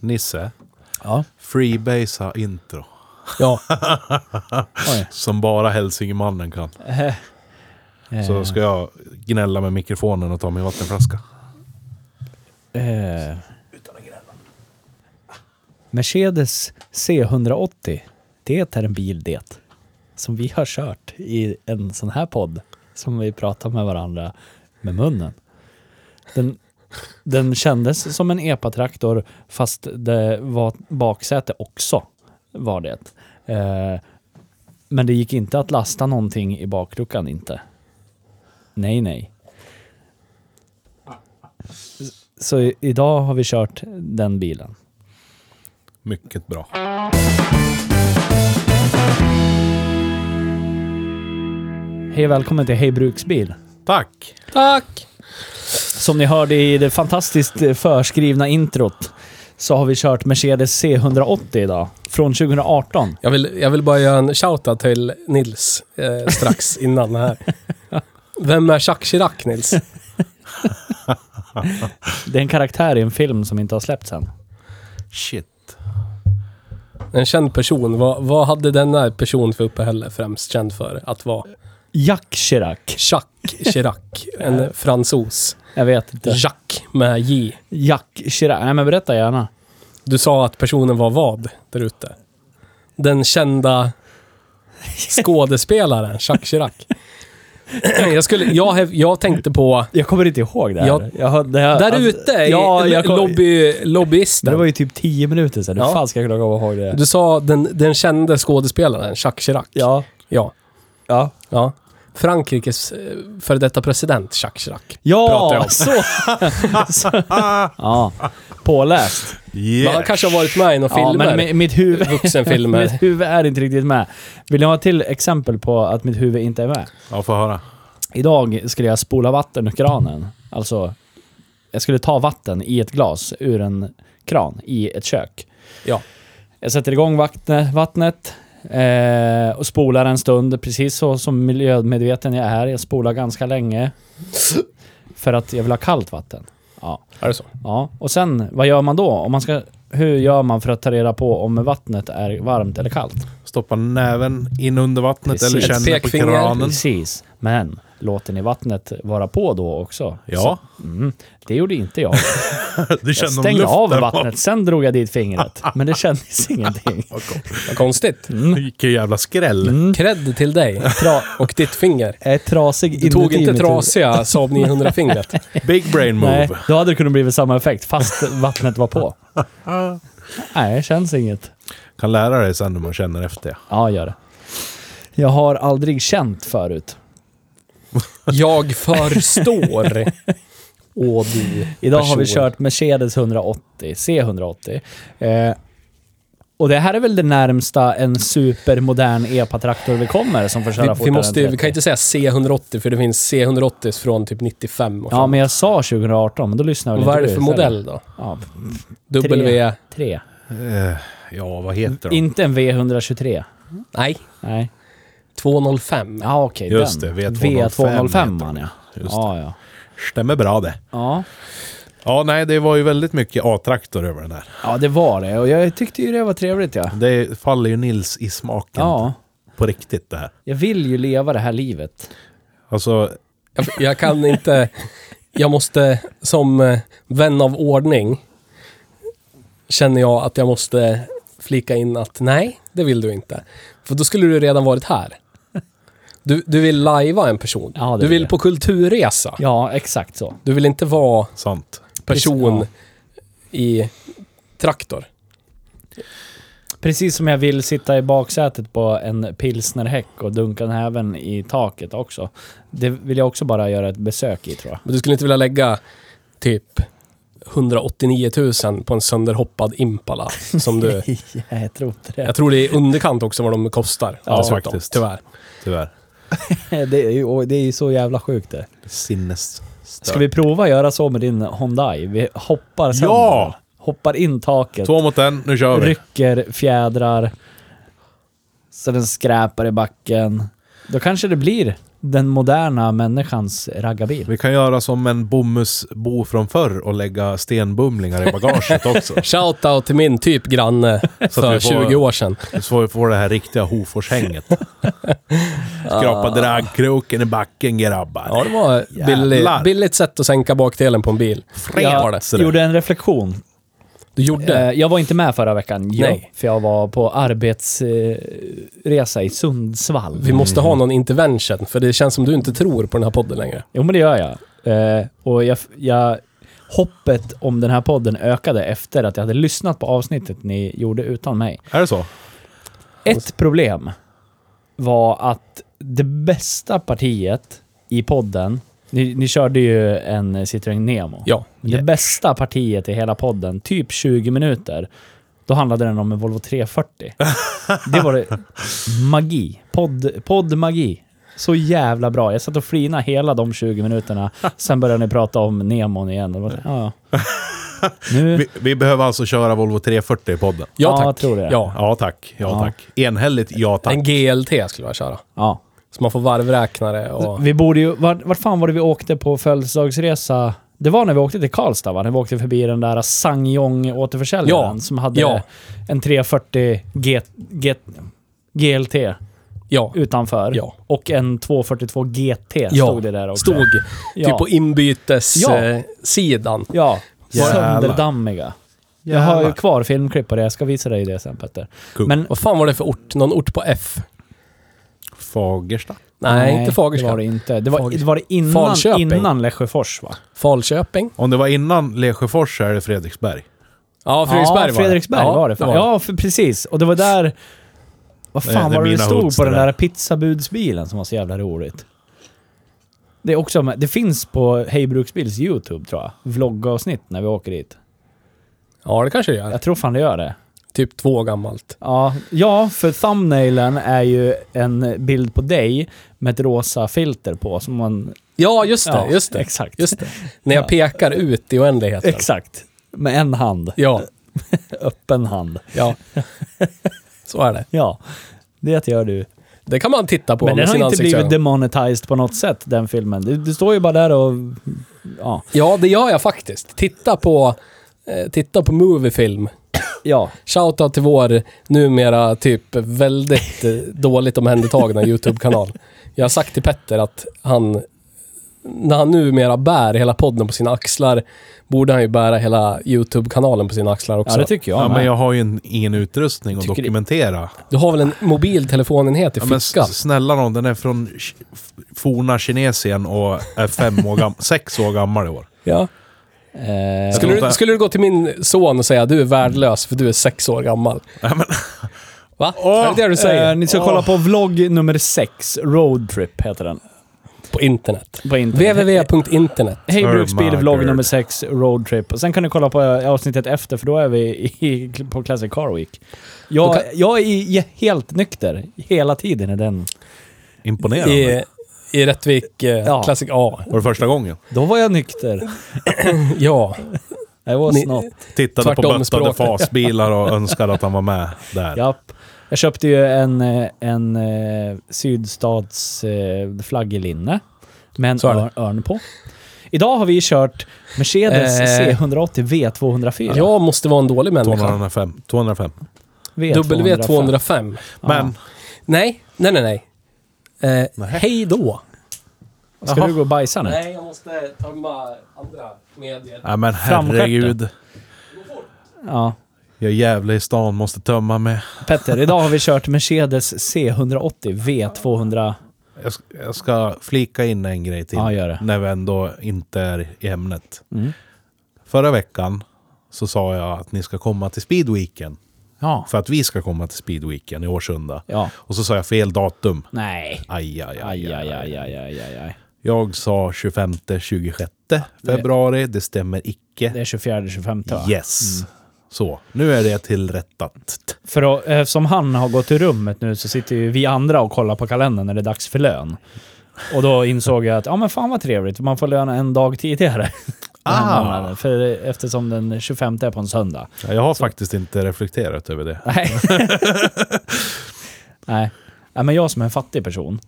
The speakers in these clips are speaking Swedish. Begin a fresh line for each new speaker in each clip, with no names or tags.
Nisse,
Ja.
freebasea intro.
Ja. Oj.
Som bara hälsingemannen kan. Så ska jag gnälla med mikrofonen och ta min vattenflaska.
Eh. Mercedes C180. Det är en bil det. Som vi har kört i en sån här podd. Som vi pratar med varandra med munnen. Den, den kändes som en epatraktor fast det var baksäte också. Var det. Eh, men det gick inte att lasta någonting i bakluckan inte. Nej, nej. Så i- idag har vi kört den bilen.
Mycket bra.
Hej och välkommen till Hej Bruksbil.
Tack!
Tack! Som ni hörde i det fantastiskt förskrivna introt så har vi kört Mercedes C180 idag. Från 2018.
Jag vill, jag vill bara göra en shoutout till Nils eh, strax innan här. Vem är Jacques Chirac, Nils?
Det är en karaktär i en film som inte har släppts än.
Shit.
En känd person. Vad, vad hade denna person för uppehälle främst känd för? Att vara
Jacques Chirac.
Jacques Chirac, en fransos.
Jag vet inte.
Jacques med J.
Jacques Chirac. Nej men berätta gärna.
Du sa att personen var vad där ute? Den kända skådespelaren Jacques Chirac. Jag, skulle, jag, häv- jag tänkte på...
Jag kommer inte ihåg det här.
Ja.
Jag hör- det här
Där
alltså-
ute,
ja, jag kom,
lobby,
Men det
lobbyisten.
var ju typ 10 minuter sedan. Hur
Ja.
fan ska jag kunna komma ihåg det?
Du sa den, den kände skådespelaren Jacques Chirac.
Ja.
Ja.
Ja.
ja. Frankrikes eh, före detta president Jacques Chirac.
Ja,
pratar jag om.
så! så. ja, påläst.
Men han kanske har varit med i några
Ja,
filmer.
men mi- mitt huvud,
Vuxenfilmer.
mitt huvud är inte riktigt med. Vill ni ha till exempel på att mitt huvud inte är med?
Ja, får höra.
Idag skulle jag spola vatten ur kranen. Alltså, jag skulle ta vatten i ett glas ur en kran i ett kök.
Ja.
Jag sätter igång vattnet, vattnet eh, och spolar en stund, precis så som miljömedveten jag är. Jag spolar ganska länge. För att jag vill ha kallt vatten. Ja.
Är det så?
Ja, och sen vad gör man då? Om man ska, hur gör man för att ta reda på om vattnet är varmt eller kallt?
Stoppa näven in under vattnet
Precis.
eller
Ett
känna på
pekfinger.
kranen.
Precis, men låter ni vattnet vara på då också?
Ja,
Så, mm, det gjorde inte jag.
du
Jag
känner om
stängde
luften
av
var-
vattnet, sen drog jag dit fingret. Men det kändes ingenting.
Vad konstigt.
Vilken jävla skräll.
Mm.
Cred till dig
Tra,
och ditt finger.
jag är trasig
Du tog
inuti
inte
mitt huvud.
trasiga Saab 900-fingret.
Big brain move.
Nej, då hade det kunnat bli samma effekt fast vattnet var på. Nej, det känns inget.
Kan lära dig sen hur man känner efter. det.
Ja, gör det. Jag har aldrig känt förut.
Jag förstår. Åh du
Idag har vi
person.
kört Mercedes 180, C180. Eh, och det här är väl det närmsta en supermodern EPA-traktor vi kommer som får köra
Vi, vi,
fortare
måste,
än
ju- vi kan
30.
inte säga C180 för det finns C180 från typ 95 och
Ja,
framåt.
men jag sa 2018, men då lyssnar väl
Vad är
inte
det
du
för
istället?
modell då?
Ja,
W...
tre.
Eh, Ja, vad heter de?
Inte en V123.
Nej,
Nej.
205.
Ja, okej.
Just
den.
det, V205
V205
heter
ja.
den. Just
Ja, ja.
Stämmer bra det.
Ja.
Ja, nej, det var ju väldigt mycket A-traktor över den här.
ja, det var det. Och jag tyckte ju det var trevligt ja.
Det faller ju Nils i smaken
Ja,
på riktigt det här.
jag vill ju leva det här livet.
Alltså,
Jag, jag kan inte... Jag måste, som eh, vän av ordning, känner jag att jag måste flika in att nej, det vill du inte. För då skulle du redan varit här. Du, du vill lajva en person.
Ja, det
du
vill
vill
jag.
på kulturresa.
Ja, exakt så.
Du vill inte vara
sant.
person
Ja.
i traktor.
Precis som jag vill sitta i baksätet på en pilsnerhäck och dunka näven i taket också. Det vill jag också bara göra ett besök i tror jag.
Men du skulle inte vilja lägga typ 189 000 på en sönderhoppad Impala som du...
Nej, jag tror inte det.
Jag tror det är i underkant också vad de kostar.
Ja,
dessutom,
faktiskt.
Tyvärr.
Tyvärr.
Det är ju och det är ju så jävla sjukt det.
Sinnesstört.
Ska vi prova att göra så med din Hyundai? Vi hoppar sönder.
Ja!
Hoppar in taket,
Två mot en, nu kör vi.
rycker fjädrar så den skräpar i backen. Då kanske det blir den moderna människans raggarbil.
Vi kan göra som en bomullsbo från förr och lägga stenbumlingar i bagaget också.
Shoutout till min typ granne för
vi får-
20 år sedan.
Så vi får det här riktiga Hoforshänget. Skrapa dragkroken i backen grabbar.
Ja, det var ett billig,
Jävlar.
billigt sätt att sänka bakdelen på en bil.
Ja,
var det.
sådär.
Gjorde en reflektion.
Du gjorde?
Eh, Jag var inte med förra veckan,
Nej.
Nej. för jag var på arbetsresa i Sundsvall.
Vi måste
mm.
ha någon intervention, för det känns som du inte tror på den här podden längre.
Jo, men det gör jag. Eh, och jag, jag... Hoppet om den här podden ökade efter att jag hade lyssnat på avsnittet ni gjorde utan mig.
Är det så?
Ett problem var att det bästa partiet i podden, ni, ni körde ju en Citroën Nemo.
Ja.
Det bästa partiet i hela podden, typ 20 minuter, då handlade den om en Volvo 340. Det var det, magi. Podd, poddmagi. Så jävla bra. Jag satt och flina hela de 20 minuterna. Sen började ni prata om Nemon igen. Och bara, ja, ja. Nu,
Vi, vi behöver alltså köra Volvo 340 i podden.
Ja,
Ja,
tack.
jag tror det.
Ja.
Ja tack, ja,
Ja.
tack. Enhälligt ja tack.
En GLT skulle jag köra.
ja.
Så man får varvräknare och...
Vi borde ju... Vart, vart fan var det vi åkte på födelsedagsresa? Det var när vi åkte till Karlstad va? När vi åkte förbi den där Sangyong återförsäljaren
Ja,
som hade
ja.
en 340 G, G, GLT
Ja.
utanför.
Ja.
Och en 242 GT
Ja,
stod det där också.
Stod
Ja.
typ på
Ja.
inbytessidan.
Ja.
Jävlar.
Sönderdammiga. Jag
Jävlar.
har ju kvar filmklipp på det. Jag ska visa dig det sen Petter.
Kung.
Men
Vad fan var det för ort? Någon ort på F?
Fagersta.
Nej, inte Fagersta.
Det var det inte. Det var
Fagersta.
det, var det innan,
Falköping.
innan Lesjöfors va?
Falköping?
Om det var innan Lesjöfors så är det Fredriksberg.
Ja, Fredriksberg
ja,
var det.
Fredriksberg var det. fan. Ja, för, precis. Och det var där... Vad
Det-
fan
det är
var det det
mina hoods
stod på
det där.
den där pizzabudsbilen som var så jävla roligt? Det är också... med- Det finns på Hej Bruksbils YouTube, tror jag. Vloggavsnitt när vi åker dit.
Ja, det kanske det gör.
Jag tror fan det gör det.
Typ två år gammalt.
Ja, ja, för thumbnailen är ju en bild på dig med ett rosa filter på som man...
Ja, just det.
Ja,
just det.
Exakt.
Just det. När jag pekar ut i oändligheten.
Exakt. Med en hand.
Ja,
Öppen hand.
ja. Så är det.
Ja, det gör du.
Det kan man titta på
Men
med
den har
sin
inte blivit
ansiktsögon.
demonetized på något sätt, den filmen. Du, du står ju bara där och... Ja.
Ja, det gör jag faktiskt. Titta på, eh, titta på moviefilm.
ja.
Shoutout till vår numera typ väldigt eh, dåligt omhändertagna YouTube-kanal. Jag har sagt till Petter att han, när han numera bär hela podden på sina axlar, borde han ju bära hela YouTube-kanalen på sina axlar också.
ja, det tycker jag
Ja,
med.
men jag har ju en, ingen utrustning att
Tycker det-
dokumentera.
du har väl en mobiltelefonenhet i
Ja, men s-
fickan?
snälla någon, den är från Ki- f- forna Kinesien och är fem år gam- sex år gammal i år.
Ja.
Eh,
Skulle,
vänta.
du, skulle du gå till min son och säga du är värdelös för du är sex år gammal?
Ja, men,
Va?
Åh,
är det det du säger?
eh, ni ska kolla på vlogg nummer 6, Road Trip heter den.
På internet.
På internet.
www.internet.
Hej
Oh
Bruksbil,
my
vlogg
God.
nummer 6, Road Trip. Och sen kan ni kolla på eh, avsnittet efter, för då är vi i, på Classic Car Week. Jag,
Då kan-
jag är i- helt nykter hela tiden i den.
imponerande.
I, i Rättvik, eh,
Ja.
Classic A.
Var det första gången?
Då var jag nykter.
Ja.
I was
Ni-
not.
Tittade
Tvärtom
på böttade
språk.
fasbilar och önskade att han var med där.
Japp. Jag köpte ju en, eh, en eh, sydstats eh, flagglinne med en
Så är det.
örn, örn på. Idag har vi kört Mercedes
Eh.
C180 V204.
Jag måste vara en dålig människa.
205. 205.
V205.
W205.
Men,
Nej, nej, nej, nej. Eh, hej då.
Ska
Jaha.
du gå och bajsa nu?
jag måste tömma andra medier.
nej, men
Framstjärten.
herregud.
Ja.
Jag är jävla i stan, måste tömma mig.
Petter, idag har vi kört Mercedes C180 V200.
Jag ska, jag ska flika in en grej till.
Ja, gör det.
När vi ändå inte är i ämnet.
Mm.
Förra veckan så sa jag att ni ska komma till speedweeken.
Ja.
För att vi ska komma till speedweeken i Årsunda.
Ja.
Och så sa jag fel datum.
Nej.
Aj, aj, aj,
Aj, aj, aj, aj, aj, aj, aj.
Jag sa 25, 26 februari. Det stämmer
Det
icke.
är Mm. 24, 25 va?
Yes. Så, nu är det tillrättat.
För då, eftersom han har gått i rummet nu så sitter ju vi andra och kollar på kalendern när det är dags för lön. Och då insåg jag att, ja men fan vad trevligt, man får lön en dag tidigare. Den här
Ah.
månaden. För eftersom den 25 är på en söndag.
Ja, Jag har faktiskt inte reflekterat över det.
Nej. Nej. Nej, men jag som är en fattig person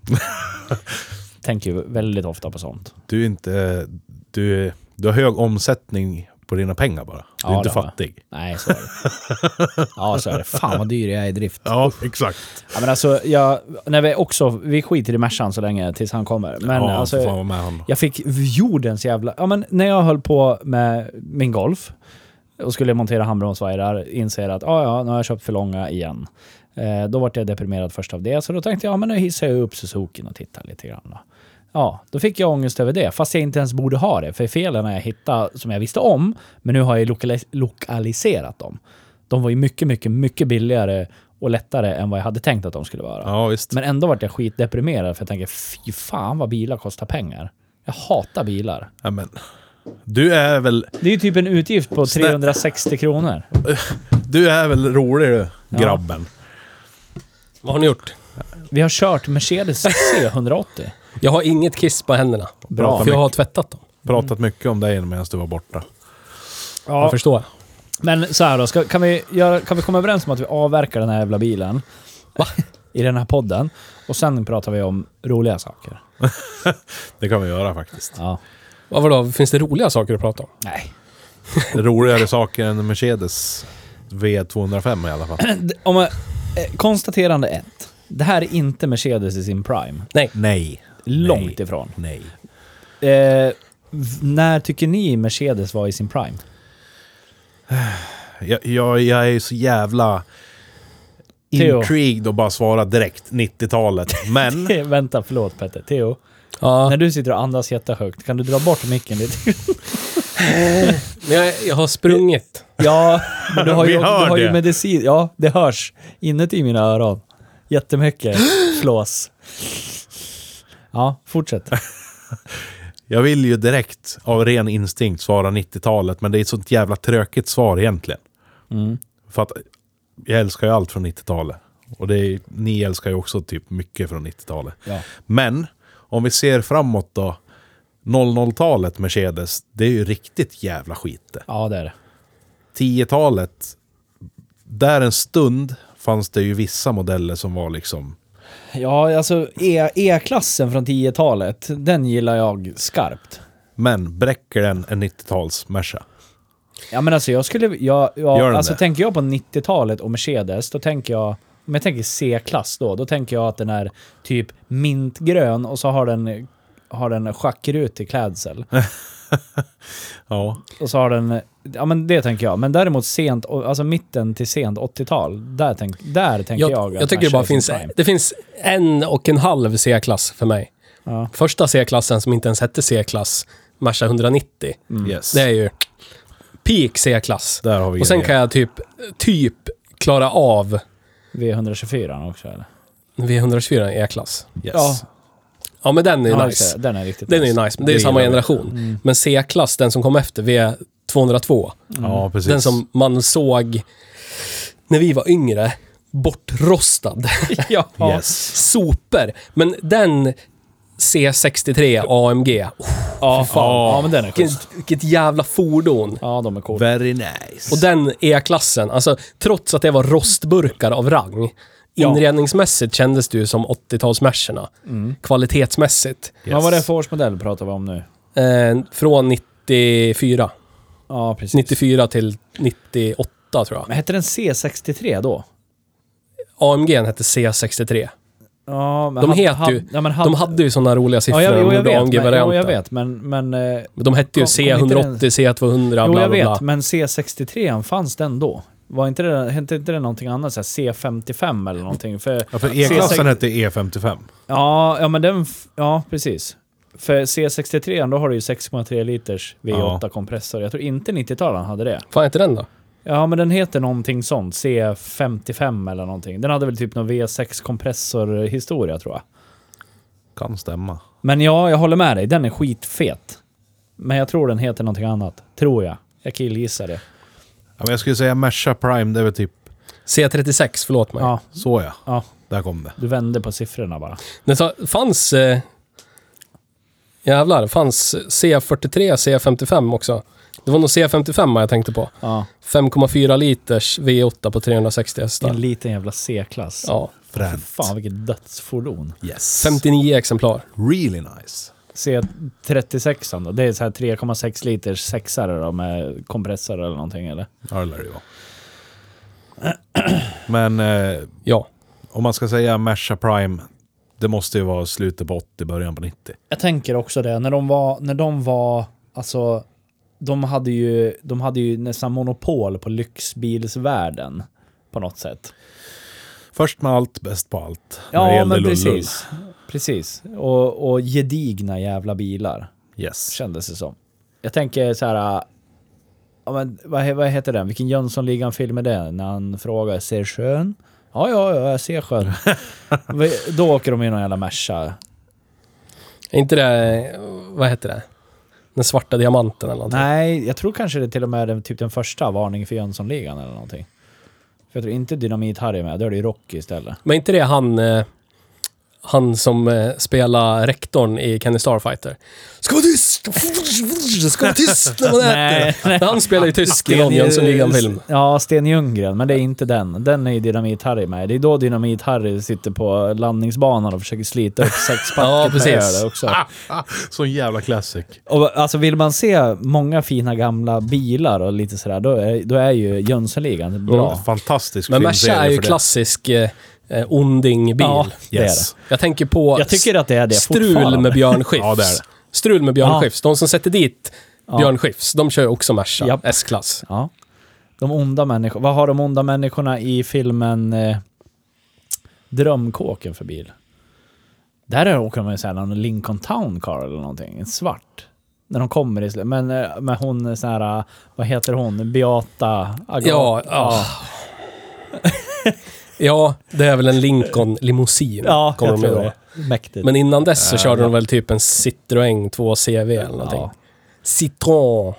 tänker ju väldigt ofta på sånt.
Du är inte... Du, du har hög omsättning på dina pengar bara. Du är
Ja,
inte
det har jag.
fattig.
Nej, så är det. Ja, så är det. Fan vad dyr jag är i drift.
Ja, exakt.
Ja, men alltså, jag, när vi, också, vi skiter i Mercan så länge tills han kommer. Men
ja,
alltså,
fan vara med honom.
Jag fick jordens jävla... Ja, men när jag höll på med min golf och skulle montera handbromsvajrar, inser att ah, ja, nu har jag köpt för långa igen. Eh, då vart jag deprimerad först av det, så då tänkte jag ja, men nu hissar jag upp Suzukin och tittar lite grann. Då. Ja, då fick jag ångest över det, fast jag inte ens borde ha det. För felen har jag hittat som jag visste om, men nu har jag lokalis- lokaliserat dem. De var ju mycket, mycket, mycket billigare och lättare än vad jag hade tänkt att de skulle vara.
Ja, visst.
Men ändå vart jag skitdeprimerad för jag tänker fy fan vad bilar kostar pengar. Jag hatar bilar.
Ja, men, du är väl...
Det är ju typ en utgift på
Snä-
360 kronor.
Du är väl rolig du, grabben.
Vad har ni gjort?
Vi har kört Mercedes C180.
Jag har inget kiss på händerna.
Bra.
För jag har tvättat dem.
Mm.
Pratat mycket om dig medan du var borta.
Jag förstår.
Men så här då, ska, kan, vi göra, kan vi komma överens om att vi avverkar den här jävla bilen? I den här podden. Och sen pratar vi om roliga saker.
Det kan vi göra faktiskt.
Ja.
Vad var det? Finns det roliga saker att prata om?
Nej.
Roligare saker än Mercedes V205 i alla fall.
Om, jag- eh, konstaterande ett. Det här är inte Mercedes i sin prime.
Nej.
Nej.
Långt
Nej.
ifrån.
Nej.
Eh, v- när tycker ni Mercedes var i sin prime?
Jag, jag, jag är så jävla
Theo.
intrigued och bara svara direkt 90-talet. Men
Vänta, förlåt Petter. Theo,
Ja.
när du sitter och andas jättehögt, kan du dra bort micken lite?
Men jag, jag har sprungit.
ja, men du har ju,
Vi
du
hör
har ju
det.
medicin. Ja, det hörs inuti mina öron. Jättemycket flås. Ja, fortsätt.
jag vill ju direkt av ren instinkt svara 90-talet. Men det är ett sånt jävla trökigt svar egentligen.
Mm.
För att jag älskar ju allt från 90-talet. Och det är, ni älskar ju också typ mycket från 90-talet.
Ja.
Men om vi ser framåt då. 00-talet Mercedes, det är ju riktigt jävla skit det.
Ja, det är det.
10-talet, där en stund fanns det ju vissa modeller som var liksom...
Ja, alltså E- E-klassen från 10-talet, den gillar jag skarpt.
Men bräcker den en 90-tals Merca?
Ja, men alltså jag skulle... Jag,
Gör
jag,
den
alltså
det?
tänker jag på 90-talet och Mercedes, då tänker jag... Om jag tänker C-klass då, då tänker jag att den är typ mintgrön och så har den, har den schackrutig klädsel.
Ja.
Och så har den... Ja, men det tänker jag. Men däremot sent, alltså mitten till sent 80-tal, där, tänk, där tänker jag...
Jag, jag,
att
tycker det bara finns,
Mercedes är prime.
det finns en och en halv C-klass för mig.
Ja.
Första C-klassen som inte ens hette C-klass, Merca 190.
Mm.
Yes.
Mm. Det är ju peak C-klass.
Där har vi
Och sen
grejer.
kan jag typ, typ klara av
V124 också, eller?
V124 E-klass.
Yes.
Ja,
Ja, men den är ju
ja, just
nice.
det. den är riktigt
Den är ju nice, men det är
Det
ju samma
gillar vi. Mm.
generation. Men C-klass, den som kom efter, V202,
Ja, precis.
Mm. den som man såg när vi var yngre, bortrostad.
ja.
Yes.
Sopor. Men den C63 AMG, oh,
Ja, ja, men den är schysst.
vilket, vilket jävla fordon.
Ja, de är coola.
Very nice.
Och den E-klassen, alltså trots att det var rostburkar av rang,
Ja.
inredningsmässigt kändes det ju som 80-talsmerserna. Kvalitetsmässigt.
Yes.
Vad var det för årsmodell pratar vi om nu?
Eh, från 94.
Ja, precis.
94 till 98 tror
Men
jag.
hette den C63 då?
AMG hette C63.
Ja, men
De
hade-
heter
hade-
ju-
ja, men hade-
De hade ju sådana roliga siffror
ja, jag, jo,
när
jag,
de gjorde
vet, men, jo, jag
AMG-varianten.
vet, men... men eh,
Men de hette ju
Kom- kom inte
C180, C200, bla
jo,
bla
jag
bla.
vet, men C63 fanns den då? Var inte det, hette inte det någonting annat? Så här C55 eller någonting? För,
Ja, för E-klassen
C6
hette E55.
ja, ja, men den... f- Ja, precis. För C63 då har du ju 6,3 liters V8-kompressor. Jag tror inte 90-talaren hade det.
Fan heter den då?
Ja, men den heter någonting sånt. C55 eller någonting. Den hade väl typ någon V6-kompressorhistoria tror jag.
Kan stämma.
Men ja, jag håller med dig. Den är skitfet. Men jag tror den heter någonting annat. Tror jag. Jag killgissar det.
Ja, men jag skulle säga Merca Prime, det är väl typ
C36, förlåt mig.
Ja,
så ja.
ja,
Där kom det.
du vände på siffrorna bara.
Det sa- fanns... Eh, jävlar, det fanns C43, C55 också. Det var nog C55 jag tänkte på.
Ja,
5,4 liters V8 på 360 hästar.
en liten jävla C-klass.
Ja.
Fränt.
Fan vilket dödsfordon.
Yes.
59 exemplar.
Really nice.
C36 då? Det är så här 3,6 liters sexare då med kompressor eller någonting eller?
Ja, det lär det ju vara. Men eh,
Ja.
om man ska säga Merca Prime, det måste ju vara slutet på 80, början på 90.
Jag tänker också det, när de var, när de var, alltså, de hade ju, de hade ju nästan monopol på lyxbilsvärlden på något sätt.
Först med allt, bäst på allt. när det
Ja,
gällde
men
Lullull.
precis. Precis. Och, och gedigna jävla bilar,
Yes.
kändes det som. Jag tänker så här, äh, ja, men, vad, he- vad heter den? Vilken Jönssonligan-film är det? När han frågar, ser sjön? Ja, ja, ja, jag ser sjön. Vi- Då åker de i någon jävla Merca.
Är inte det... Vad heter det? Den svarta diamanten eller någonting.
Nej, jag tror kanske det till och med är den, typ den första varningen för Jönssonligan eller någonting. För jag tror inte Dynamit-Harry är med, då är det ju Rocky istället.
Men inte det han... Eh, han som eh, spelar rektorn i Kenny Starfighter. Ska vara tyst! Ska vara tyst när man
Nej,
äter! Han spelar ju tysk i någon
Sten-
Jönssonligan-film.
Ja, Sten Ljunggren, men det är inte den. Den är ju Dynamit-Harry med. Det är då Dynamit-Harry sitter på landningsbanan och försöker slita upp sexpacket
Ja,
med
precis.
öl också.
Sån jävla classic.
Och, alltså vill man se många fina gamla bilar och lite sådär, då är, då är ju Jönssonligan bra.
Fantastisk
Men Merca
filmserie
är ju
för det.
klassisk eh, eh, onding-bil.
Ja, det
Yes.
är
Jag tänker på
det. Jag tycker att det är det
strul
fortfarande.
med Björn Skifs.
Ja, det är det.
Strul med Björn
Ja.
Skifs. De som sätter dit
Ja.
Björn Skifs, de kör ju också Merca,
Japp.
S-klass.
Ja. De onda människorna. Vad har de onda människorna i filmen eh, Drömkåken för bil? Där åker de ju såhär någon Lincoln Town Car eller någonting. En svart. När de kommer i slu- Men eh, men hon sån här, eh, vad heter hon? Beata Agat.
Ja, ah, ja. ja, det är väl en Lincoln limousin.
ja
kommer
jag
de med
tror
då.
det. Mäktigt.
Men innan dess så körde de väl typ en Citroën 2 CV eller någonting.
Ja.
Citroën.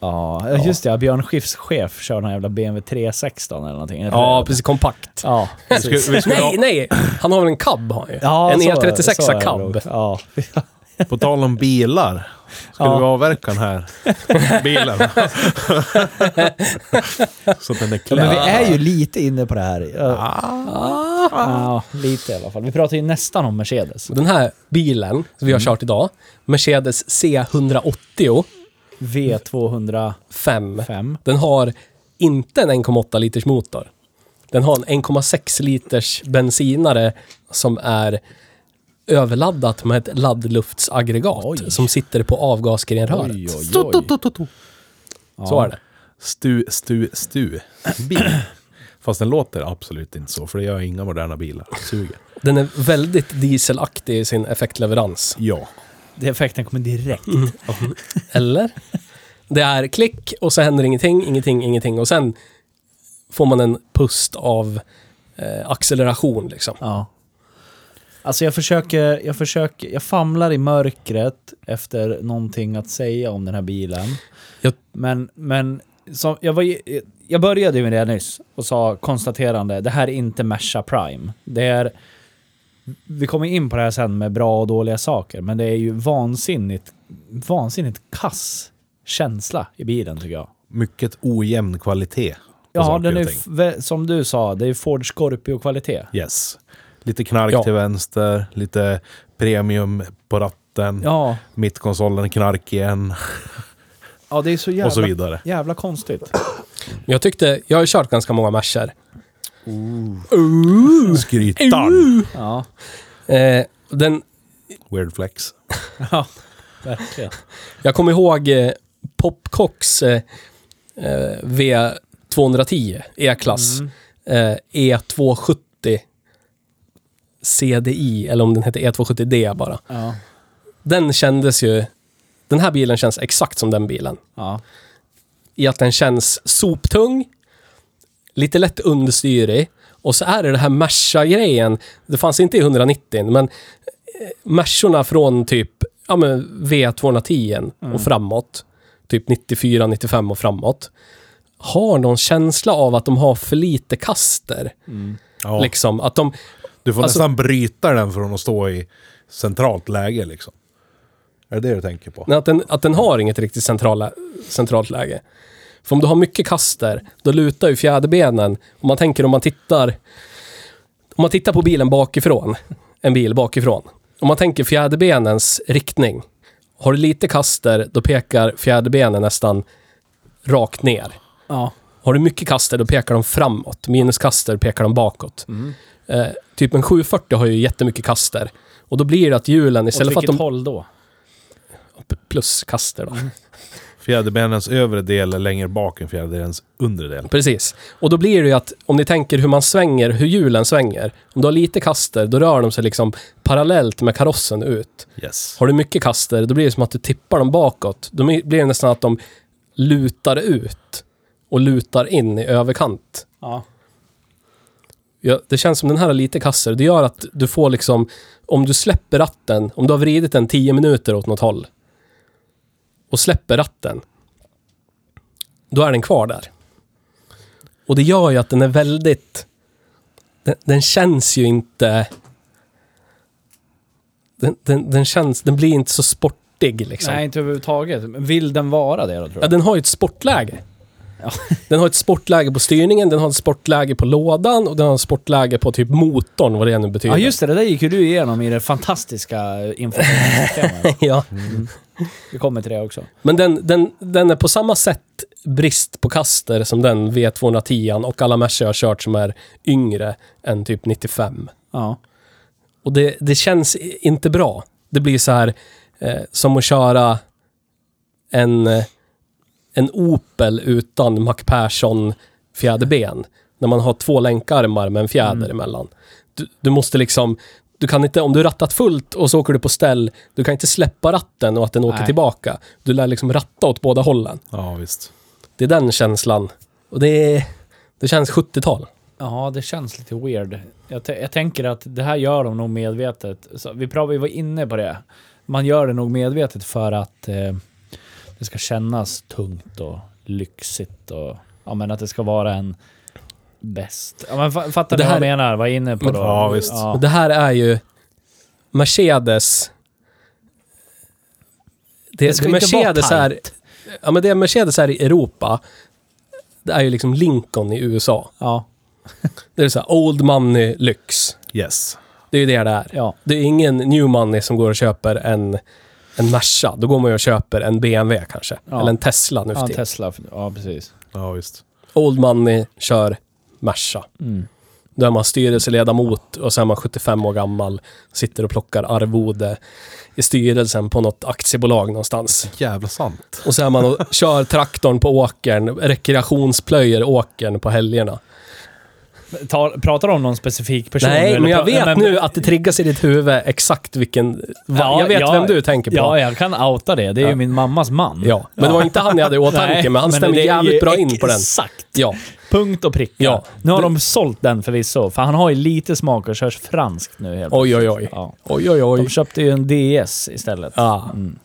ja, just det. Björn Skifs chef kör någon jävla BMW 316 eller någonting. Är det
Ja,
det?
precis. Kompakt.
Ja,
Vi skulle-
precis.
vi skulle
Nej, nej! Han har väl en cab, har han ju.
Ja,
en
så är det. Så är
E36
det
cab.
nog. Ja,
ha- På tal om bilar. Skulle
Ja.
vi avverka den här bilen? Så att den är
Men vi
klädd.
är ju lite inne på det här. Ah. Ja, lite i alla fall. Vi pratar ju nästan om Mercedes.
Den här bilen som
Mm.
vi har kört idag, Mercedes C185,
V205.
den har inte en 1,8 liters motor. Den har en 1,6 liters bensinare som är överladdat med ett laddluftsaggregat
Oj.
som sitter på avgasgrenröret.
Oj, oj,
Stu, tu,
oj.
tu, tu, tu.
Så är det.
Stu, stu, stu. Bil. Fast den låter absolut inte så, för det gör inga moderna bilar. Suger.
Den är väldigt dieselaktig i sin effektleverans.
Ja.
Det effekten kommer direkt.
Eller? Det är klick och så händer ingenting, ingenting, ingenting och sen får man en pust av eh, acceleration liksom.
Ja. Alltså jag försöker, jag försöker, jag famlar i mörkret efter någonting att säga om den här bilen.
Jag-
Men, men som, jag, var, ju- jag började ju med det nyss och sa konstaterande, det här är inte Merca Prime. Det är, vi kommer in på det här sen med bra och dåliga saker, men det är ju vansinnigt, vansinnigt kass känsla i bilen tycker jag.
Mycket ojämn kvalitet. på
Ja,
saker
den är,
och
ju
ting.
f- vä- som du sa, det är ju Ford Scorpio-kvalitet.
Yes. Lite knark
Ja.
till vänster, lite premium på ratten,
Ja,
mittkonsolen knark igen
ja, det är så jävla,
och så vidare.
jävla konstigt.
Men Jag tyckte, jag har ju kört ganska många Mercer.
Skrytan!
Ja.
Eh, den,
Weird flex.
Ja, verkligen.
jag kommer ihåg eh, Popcocks eh, eh, V210 E-klass. Eh, E270 CDI, eller om den heter E270D E bara.
Ja.
Den kändes ju... Den här bilen känns exakt som den bilen.
Ja.
I att den känns soptung, lite lätt understyrig och så är det det här Merca-grejen. Det fanns inte i 190 men eh, Mercorna från typ ja, men V210 och framåt, typ 94, 95 och framåt, har någon känsla av att de har för lite kaster.
Ja.
Liksom, att de,
Du får
Alltså-
nästan bryta den från att stå i centralt läge liksom. Är det det du tänker på?
Nej, att, den, att den har inget riktigt centrala, centralt läge. För om du har mycket kaster, då lutar ju fjäderbenen. Om man tänker om man tittar... Om man tittar på bilen bakifrån, en bil bakifrån. Om man tänker fjäderbenens riktning. Har du lite kaster, då pekar fjäderbenen nästan rakt ner.
Ja.
Har du mycket kaster, då pekar de framåt. Minuskaster pekar de bakåt. Eh, typ en 740 har ju jättemycket kaster. Och då blir det att hjulen,
Åt
istället för att
vilket
de...
håll då?
Plus kaster då.
Fjäderbenens övre del är längre bak än fjäderbenens undre del.
Precis. Och då blir det ju att om ni tänker hur man svänger, hur hjulen svänger. Om du har lite kaster, då rör de sig liksom parallellt med karossen ut.
Yes.
Har du mycket kaster, då blir det som att du tippar dem bakåt. Då blir det nästan att de lutar ut och lutar in i överkant.
Ja.
Ja, det känns som den här har lite kaster. Det gör att du får liksom, om du släpper ratten, om du har vridit den 10 minuter åt något håll och släpper ratten, då är den kvar där. Och det gör ju att den är väldigt, den, den känns ju inte, den, den, den känns, den blir inte så sportig liksom.
Nej, inte överhuvudtaget. Men Vill den vara det då tror
Ja,
jag?
den har ju ett sportläge.
Ja.
Den har ett sportläge på styrningen, den har ett sportläge på lådan och den har ett sportläge på typ motorn, vad det nu betyder.
Ja just det, det där gick ju du igenom i det fantastiska informationssystemet.
Ja.
Vi kommer till det också.
Men den, den, den är på samma sätt brist på kaster som den V210 och alla Merca jag har kört som är yngre än typ 95.
Ja.
Och det, det känns i- inte bra. Det blir så här eh, som att köra en, eh, en Opel utan Mac Persson fjäderben. När man har två länkarmar med en fjäder emellan. Du, du måste liksom, du kan inte, om du rattat fullt och så åker du på ställ, du kan inte släppa ratten och att den åker
Nej.
tillbaka. Du lär liksom ratta åt båda hållen.
Ja, visst.
Det är den känslan. Och det, är- det känns 70-tal.
Ja, det känns lite weird. Jag, t- jag tänker att det här gör de nog medvetet. Så vi, prav- vi var inne på det. Man gör det nog medvetet för att eh, det ska kännas tungt och lyxigt och ja, men att det ska vara en bäst. Ja, men fa- fattar
Det
ni vad
här-
jag menar? Vad jag är inne på
Men-
då?
Ja, visst.
Och det här är ju Mercedes. Det,
Det ska inte
Mercedes
vara
är, ja, men det Mercedes är i Europa, det är ju liksom Lincoln i USA.
Ja,
Det är så här old money lyx.
Yes.
Det är ju det det är.
ja.
Det är ingen new money som går och köper en, en Merca. Då går man ju och köper en BMW kanske.
Ja.
Eller en Tesla nu för
ja
tiden.
Tesla. Ja, precis.
Ja, visst.
Old money kör Merca.
Mm.
Då är man styrelseledamot och så är man 75 år gammal. Sitter och plockar arvode i styrelsen på något aktiebolag någonstans.
Jävla sant.
Och så är man och kör traktorn på åkern, rekreationsplöjer åkern på helgerna.
Ta, pratar du om någon specifik person?
Nej,
eller
men
pra-
jag vet
men-
nu att det triggas i ditt huvud exakt vilken...
Ja,
jag vet
ja.
vem du tänker på.
Ja,
Ja,
jag kan outa det. Det är
Ja.
ju min mammas man.
Men det var inte han jag hade i åtanke,
Nej,
men han stämmer
det är ju
jävligt bra in på den.
Exakt.
Ja,
Punkt och pricka.
Ja.
Nu har
Det-
de sålt den förvisso, för han har ju lite smak och körs franskt nu helt
oj, oj,
plötsligt.
oj.
Ja.
Oj, oj, oj.
De köpte ju en DS istället.
Ja.
Mm.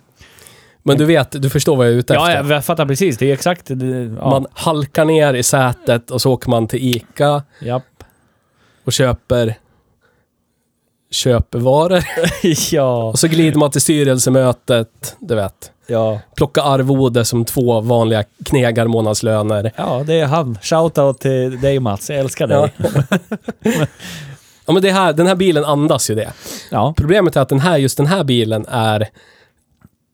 Men du vet, du förstår vad jag är ute efter.
Ja, jag fattar precis. Det är exakt... Det, ja.
Man halkar ner i sätet och så åker man till ICA.
Japp.
och köper köper varor.
ja.
Och så glider man till styrelsemötet, du vet.
Ja.
Plocka arvode som två vanliga knegarmånadslöner.
Ja, det är han. Shoutout till dig Mats. Jag älskar dig.
Ja.
Ja.
Ja, men det här, den här bilen andas ju det. Problemet är att den här, just den här bilen är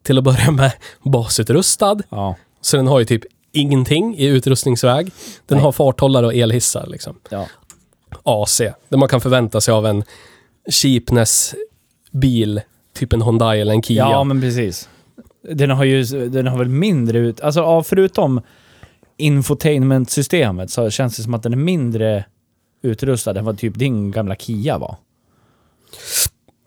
till att börja med basutrustad.
Ja.
Så den har ju typ ingenting i utrustningsväg. Den
Nej.
har farthållare och elhissar liksom.
Ja.
AC. Det man kan förvänta sig av en cheapness-bil. Typ en Hyundai eller en Kia.
Ja, men precis. Den har ju, den har väl mindre ut... Alltså ja, förutom infotainmentsystemet så känns det som att den är mindre utrustad än vad typ din gamla Kia var.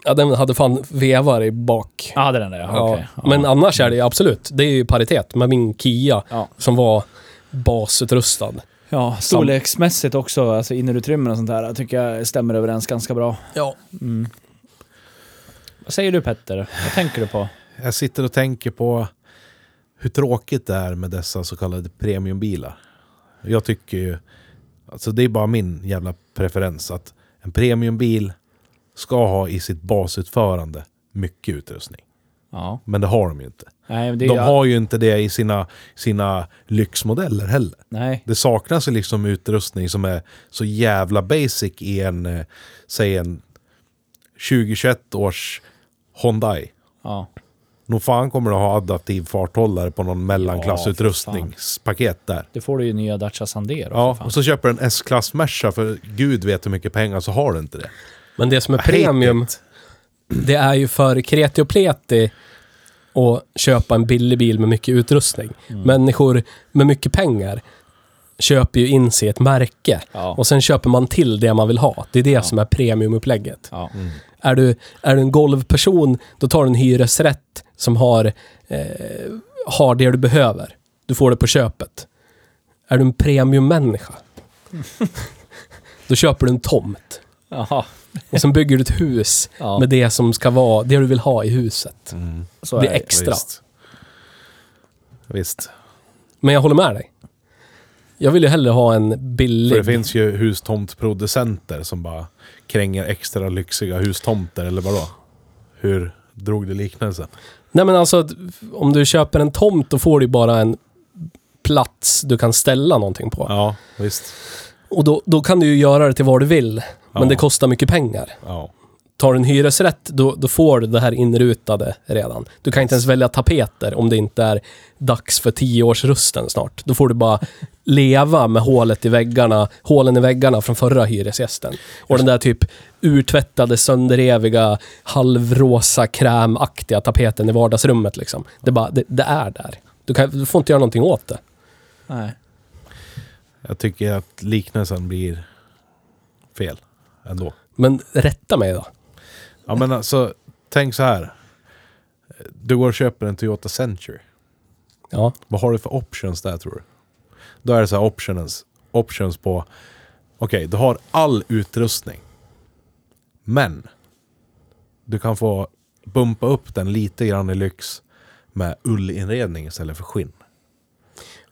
Ja, den hade fan vevar i bak.
Ja, det är den där ja. Ah, Okej.
Ja. Men annars är det ju absolut, det är ju i paritet med min Kia
Ja.
som var basutrustad.
ja, storleksmässigt också, alltså innerutrymmen och sånt där, jag tycker jag stämmer överens ganska bra.
Ja.
Mm. Vad säger du Petter? Vad tänker du på?
Jag sitter och tänker på hur tråkigt det är med dessa så kallade premiumbilar. Jag tycker ju, alltså det är bara min jävla preferens att en premiumbil ska ha i sitt basutförande mycket utrustning.
Ja.
Men det har de ju inte.
Nej, men det är
De
ju-
har ju inte det i sina, sina lyxmodeller heller.
Nej.
Det saknas ju liksom utrustning som är så jävla basic i en, eh, säg en 2021 års Hyundai.
Ja.
Nog fan kommer du ha adaptiv farthållare på någon mellanklassutrustningspaket där.
Det får du ju nya Dacia Sandero.
Ja,
för fan.
och så köper du en S-klass Merca för gud vet hur mycket pengar så har du inte det.
Men det som är
I hate
premium,
it.
det är ju för kreti och pleti att köpa en billig bil med mycket utrustning.
Mm.
Människor med mycket pengar köper ju in sig ett märke.
Ja.
Och sen köper man till det man vill ha. Det är det som är premiumupplägget.
Ja.
Är du, är du en golvperson, då tar du en hyresrätt som har, eh, har det du behöver. Du får det på köpet. Är du en premiummänniska, då köper du en tomt.
Jaha.
Och sen bygger du ett hus
Ja.
med det som ska vara, det du vill ha i huset.
Så är
det
det.
är extra.
Visst. Visst.
Men jag håller med dig. Jag vill ju hellre ha en
För det
billig...
finns ju hustomtproducenter som bara kränger extra lyxiga hustomter eller vadå? Hur drog du liknelsen?
Nej men alltså, att om du köper en tomt då får du ju bara en plats du kan ställa någonting på.
Ja, visst.
Och då, då kan du ju göra det till vad du vill. Men
Ja.
det kostar mycket pengar.
Ja.
Tar du en hyresrätt, då, då får du det här inrutade redan. Du kan inte ens välja tapeter om det inte är dags för tioårsrusten snart. Då får du bara leva med hålet i väggarna, hålen i väggarna från förra hyresgästen. Och den där typ urtvättade, söndereviga, halvrosa, krämaktiga tapeten i vardagsrummet liksom. Det, är bara, det, det är där. Du, kan, du får inte göra någonting åt det.
Nej.
Jag tycker att liknelsen blir fel ändå.
Men rätta mig då.
Ja men alltså, tänk så här. Du går och köper en Toyota Century.
Ja.
Vad har du för options där tror du? Då är det så här options, options på... Okej, du har all utrustning. Men. Du kan få bumpa upp den lite grann i lyx med ullinredning istället för skinn.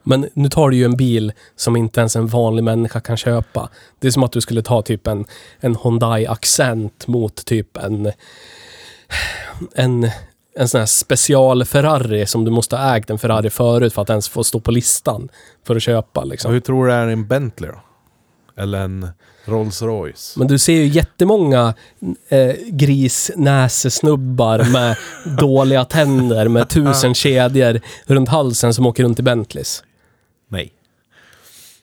Men nu tar du ju en bil som inte ens en vanlig människa kan köpa. Det är som att du skulle ta typ en, en Hyundai Accent mot typ en, en, en sån här special Ferrari som du måste ha ägt en Ferrari förut för att ens få stå på listan för att köpa
Så
liksom.
hur tror du det är i en Bentley då? Eller en Rolls Royce?
Men du ser ju jättemånga eh, grisnäsesnubbar med dåliga tänder med tusen kedjor runt halsen som åker runt i Bentleys.
Nej.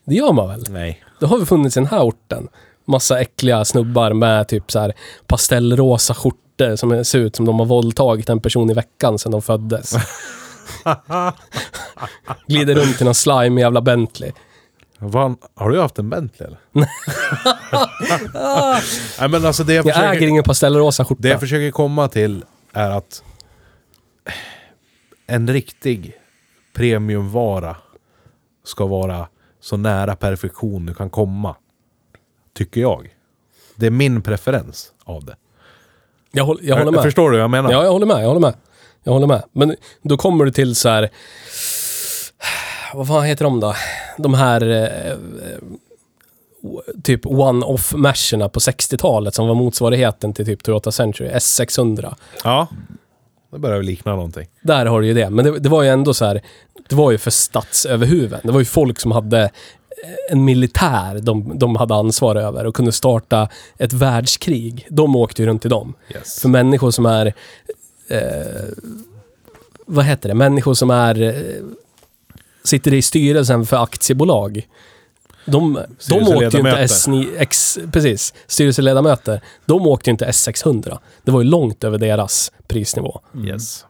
Det gör man väl?
Nej.
Det har väl funnits i den här orten. Massa äckliga snubbar med typ så här pastellrosa skjortor som är- ser ut som de har våldtagit en person i veckan sedan de föddes. Glider runt i någon slime jävla Bentley.
Van, har du haft en Bentley eller? Nej men alltså det jag,
Jag
försöker,
äger ingen pastellrosa
det
skjorta.
jag försöker komma till är att en riktig premiumvara ska vara så nära perfektion du kan komma. Tycker jag. Det är min preferens av det.
Jag, håll, jag håller med.
Förstår du vad jag menar?
Ja, jag håller med. Jag håller med. Jag håller med. Men då kommer du till så här... Vad fan heter de då? De här eh, eh, typ one-off Mercerna på 60-talet som var motsvarigheten till typ Toyota Century, S600.
ja. Det börjar väl likna någonting.
Där har du ju det. Men det, det var ju ändå så här, det var ju för statsöverhuvuden. Det var ju folk som hade eh, en militär de, de hade ansvar över och kunde starta ett världskrig. De åkte ju runt i dem.
Yes.
För människor som är... Eh, vad heter det? Människor som är... Eh, sitter i styrelsen för aktiebolag. De, de åkte ju
Styrelseledamöter.
inte S9... X, precis. Styrelseledamöter. De åkte ju inte S600. Det var ju långt över deras prisnivå.
Yes.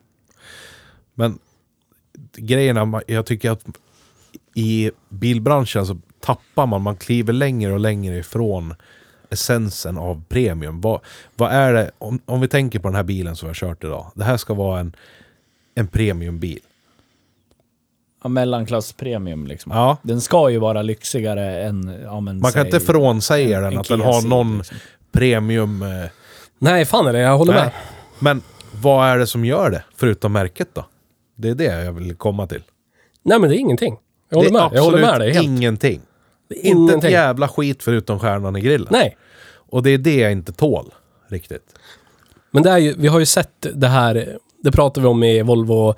Men grejerna, man- jag tycker att i bilbranschen så tappar man, man kliver längre och längre ifrån essensen av premium. Vad, vad är det, om, om vi tänker på den här bilen som vi har kört idag. Det här ska vara en, en premiumbil.
Ja, mellanklass premium liksom.
Ja.
Den ska ju vara lyxigare än... Ja, men,
Man kan
säg-
inte frånsäga den
en
att den
Kia
har
Ceed,
någon
liksom.
premium... Eh,
Nej, fan är det. Jag håller
nej.
med.
Men vad är det som gör det, förutom märket då? Det är det jag vill komma till.
Nej, men det är ingenting. Jag
Det
håller
är
med. Jag håller
absolut
med dig helt.
ingenting.
Det är
Inte ett
ingenting.
jävla skit förutom stjärnan i grillen.
Nej.
Och det är det jag inte tål riktigt.
Men det är ju, vi har ju sett det här, det pratade vi om i Volvo, eh,